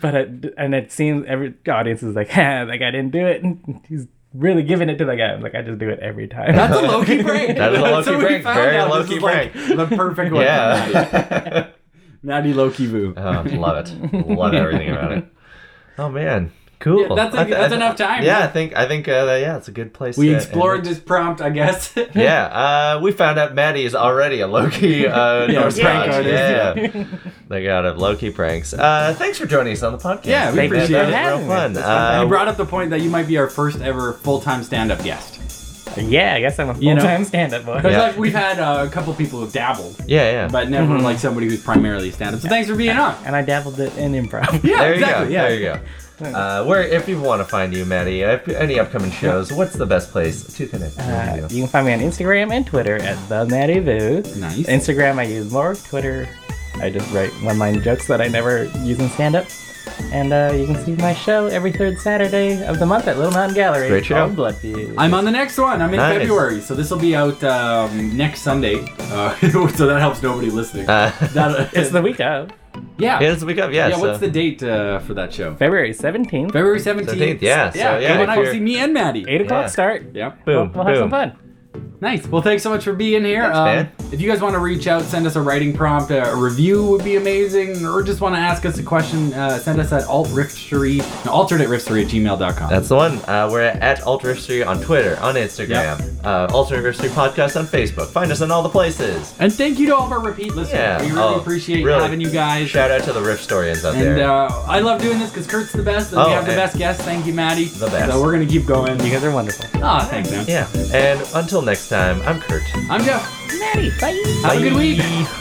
Speaker 3: but it, and it seems every the audience is like, "Ha, that guy didn't do it. And he's really giving it to the guy. I'm like, I just do it every time.
Speaker 2: That's a low key prank.
Speaker 1: That is a low-key
Speaker 2: So we
Speaker 1: prank.
Speaker 2: found
Speaker 1: Very
Speaker 2: out
Speaker 1: low-key
Speaker 2: this is, like, the perfect one. Yeah.
Speaker 1: yeah.
Speaker 2: Natty low key boo.
Speaker 1: Oh, love it. Love everything about it. Oh man, cool.
Speaker 2: Yeah, that's a-
Speaker 1: I thi- I
Speaker 2: that's
Speaker 1: thi-
Speaker 2: enough time,
Speaker 1: Yeah,
Speaker 2: yeah.
Speaker 1: I think I think uh, yeah, it's a good place.
Speaker 2: We
Speaker 1: to
Speaker 2: explored
Speaker 1: end it.
Speaker 2: this prompt, I guess.
Speaker 1: Yeah, uh, we found out Maddie is already a Loki uh,
Speaker 2: Yeah,
Speaker 1: Norse
Speaker 2: prank
Speaker 1: god.
Speaker 2: artist,
Speaker 1: Yeah, they got a Loki pranks. Uh, thanks for joining us on the podcast.
Speaker 2: Yeah, we Thank you appreciate
Speaker 1: that, That
Speaker 2: for
Speaker 1: was real
Speaker 3: having me.
Speaker 1: fun.
Speaker 3: That's
Speaker 2: you
Speaker 1: Uh,
Speaker 2: brought up the point that you might be our first ever full time stand up guest.
Speaker 3: yeah, I guess I'm a
Speaker 2: You know-
Speaker 3: full time stand up boy.
Speaker 2: Because
Speaker 1: Yeah.
Speaker 2: like we've had uh, a couple people who've dabbled,
Speaker 1: yeah, yeah.
Speaker 2: but never
Speaker 1: Mm-hmm.
Speaker 2: like somebody who's primarily stand up. So thanks for being on.
Speaker 3: And I dabbled it in improv.
Speaker 2: Yeah,
Speaker 1: there you
Speaker 2: exactly.
Speaker 1: go.
Speaker 2: Yeah.
Speaker 1: There you go. Uh, where, if people want to find you, Maddie, if any upcoming shows, what's the best place to connect with
Speaker 3: Uh,
Speaker 1: you?
Speaker 3: you can find me on Instagram and Twitter at the Natty Boo.
Speaker 2: Nice.
Speaker 3: Instagram I use more. Twitter I just write one-line jokes that I never use in stand-up. And uh, you can see my show every third Saturday of the month at Little Mountain Gallery.
Speaker 1: Great show.
Speaker 3: called Bloodfeud.
Speaker 2: I'm on the next one. I'm in
Speaker 1: Nice.
Speaker 2: February, so this will be out um, next Sunday. Uh, so that helps nobody listening.
Speaker 1: Uh,
Speaker 2: that,
Speaker 3: It's the week of
Speaker 2: yeah.
Speaker 1: yeah, this week up, yeah.
Speaker 2: yeah,
Speaker 1: so-
Speaker 2: what's the date uh, for that show?
Speaker 3: February 17th,
Speaker 2: February 17th.
Speaker 1: 17th, yeah, so, yeah,
Speaker 2: everyone
Speaker 1: if
Speaker 2: out,
Speaker 1: you're-
Speaker 2: see me and Maddie.
Speaker 3: 8 o'clock
Speaker 1: Yeah.
Speaker 3: start.
Speaker 2: Yeah.
Speaker 3: We'll,
Speaker 1: boom,
Speaker 3: we'll have
Speaker 1: boom.
Speaker 3: some fun.
Speaker 2: Nice. Well, thanks so much for being here. Um,
Speaker 1: Thanks, man.
Speaker 2: If you guys want to reach out, send us a writing prompt, uh, a review would be amazing, or just want to ask us a question, uh, send us at altriftery, no, alternateliftery at gmail.com.
Speaker 1: That's the one. Uh, we're at Alternate on Twitter, on Instagram, uh, Alternate Podcast on Facebook. Find us in all the places.
Speaker 2: and thank you to all of our repeat listeners.
Speaker 1: Yeah.
Speaker 2: we really
Speaker 1: oh,
Speaker 2: appreciate
Speaker 1: really.
Speaker 2: having you guys.
Speaker 1: Shout out to the Rift Storians out
Speaker 2: and
Speaker 1: there.
Speaker 2: uh, I love doing this because Kurt's the best, and
Speaker 1: Oh,
Speaker 2: we have the
Speaker 1: and-
Speaker 2: best guests. Thank you, Maddie.
Speaker 1: The best.
Speaker 2: So we're going to keep going.
Speaker 3: You guys are wonderful.
Speaker 2: Ah, thanks, man.
Speaker 1: yeah. And until next time, I'm Kurt.
Speaker 2: I'm Jeff.
Speaker 3: Maddie, bye.
Speaker 2: Have a good week.
Speaker 1: Bye.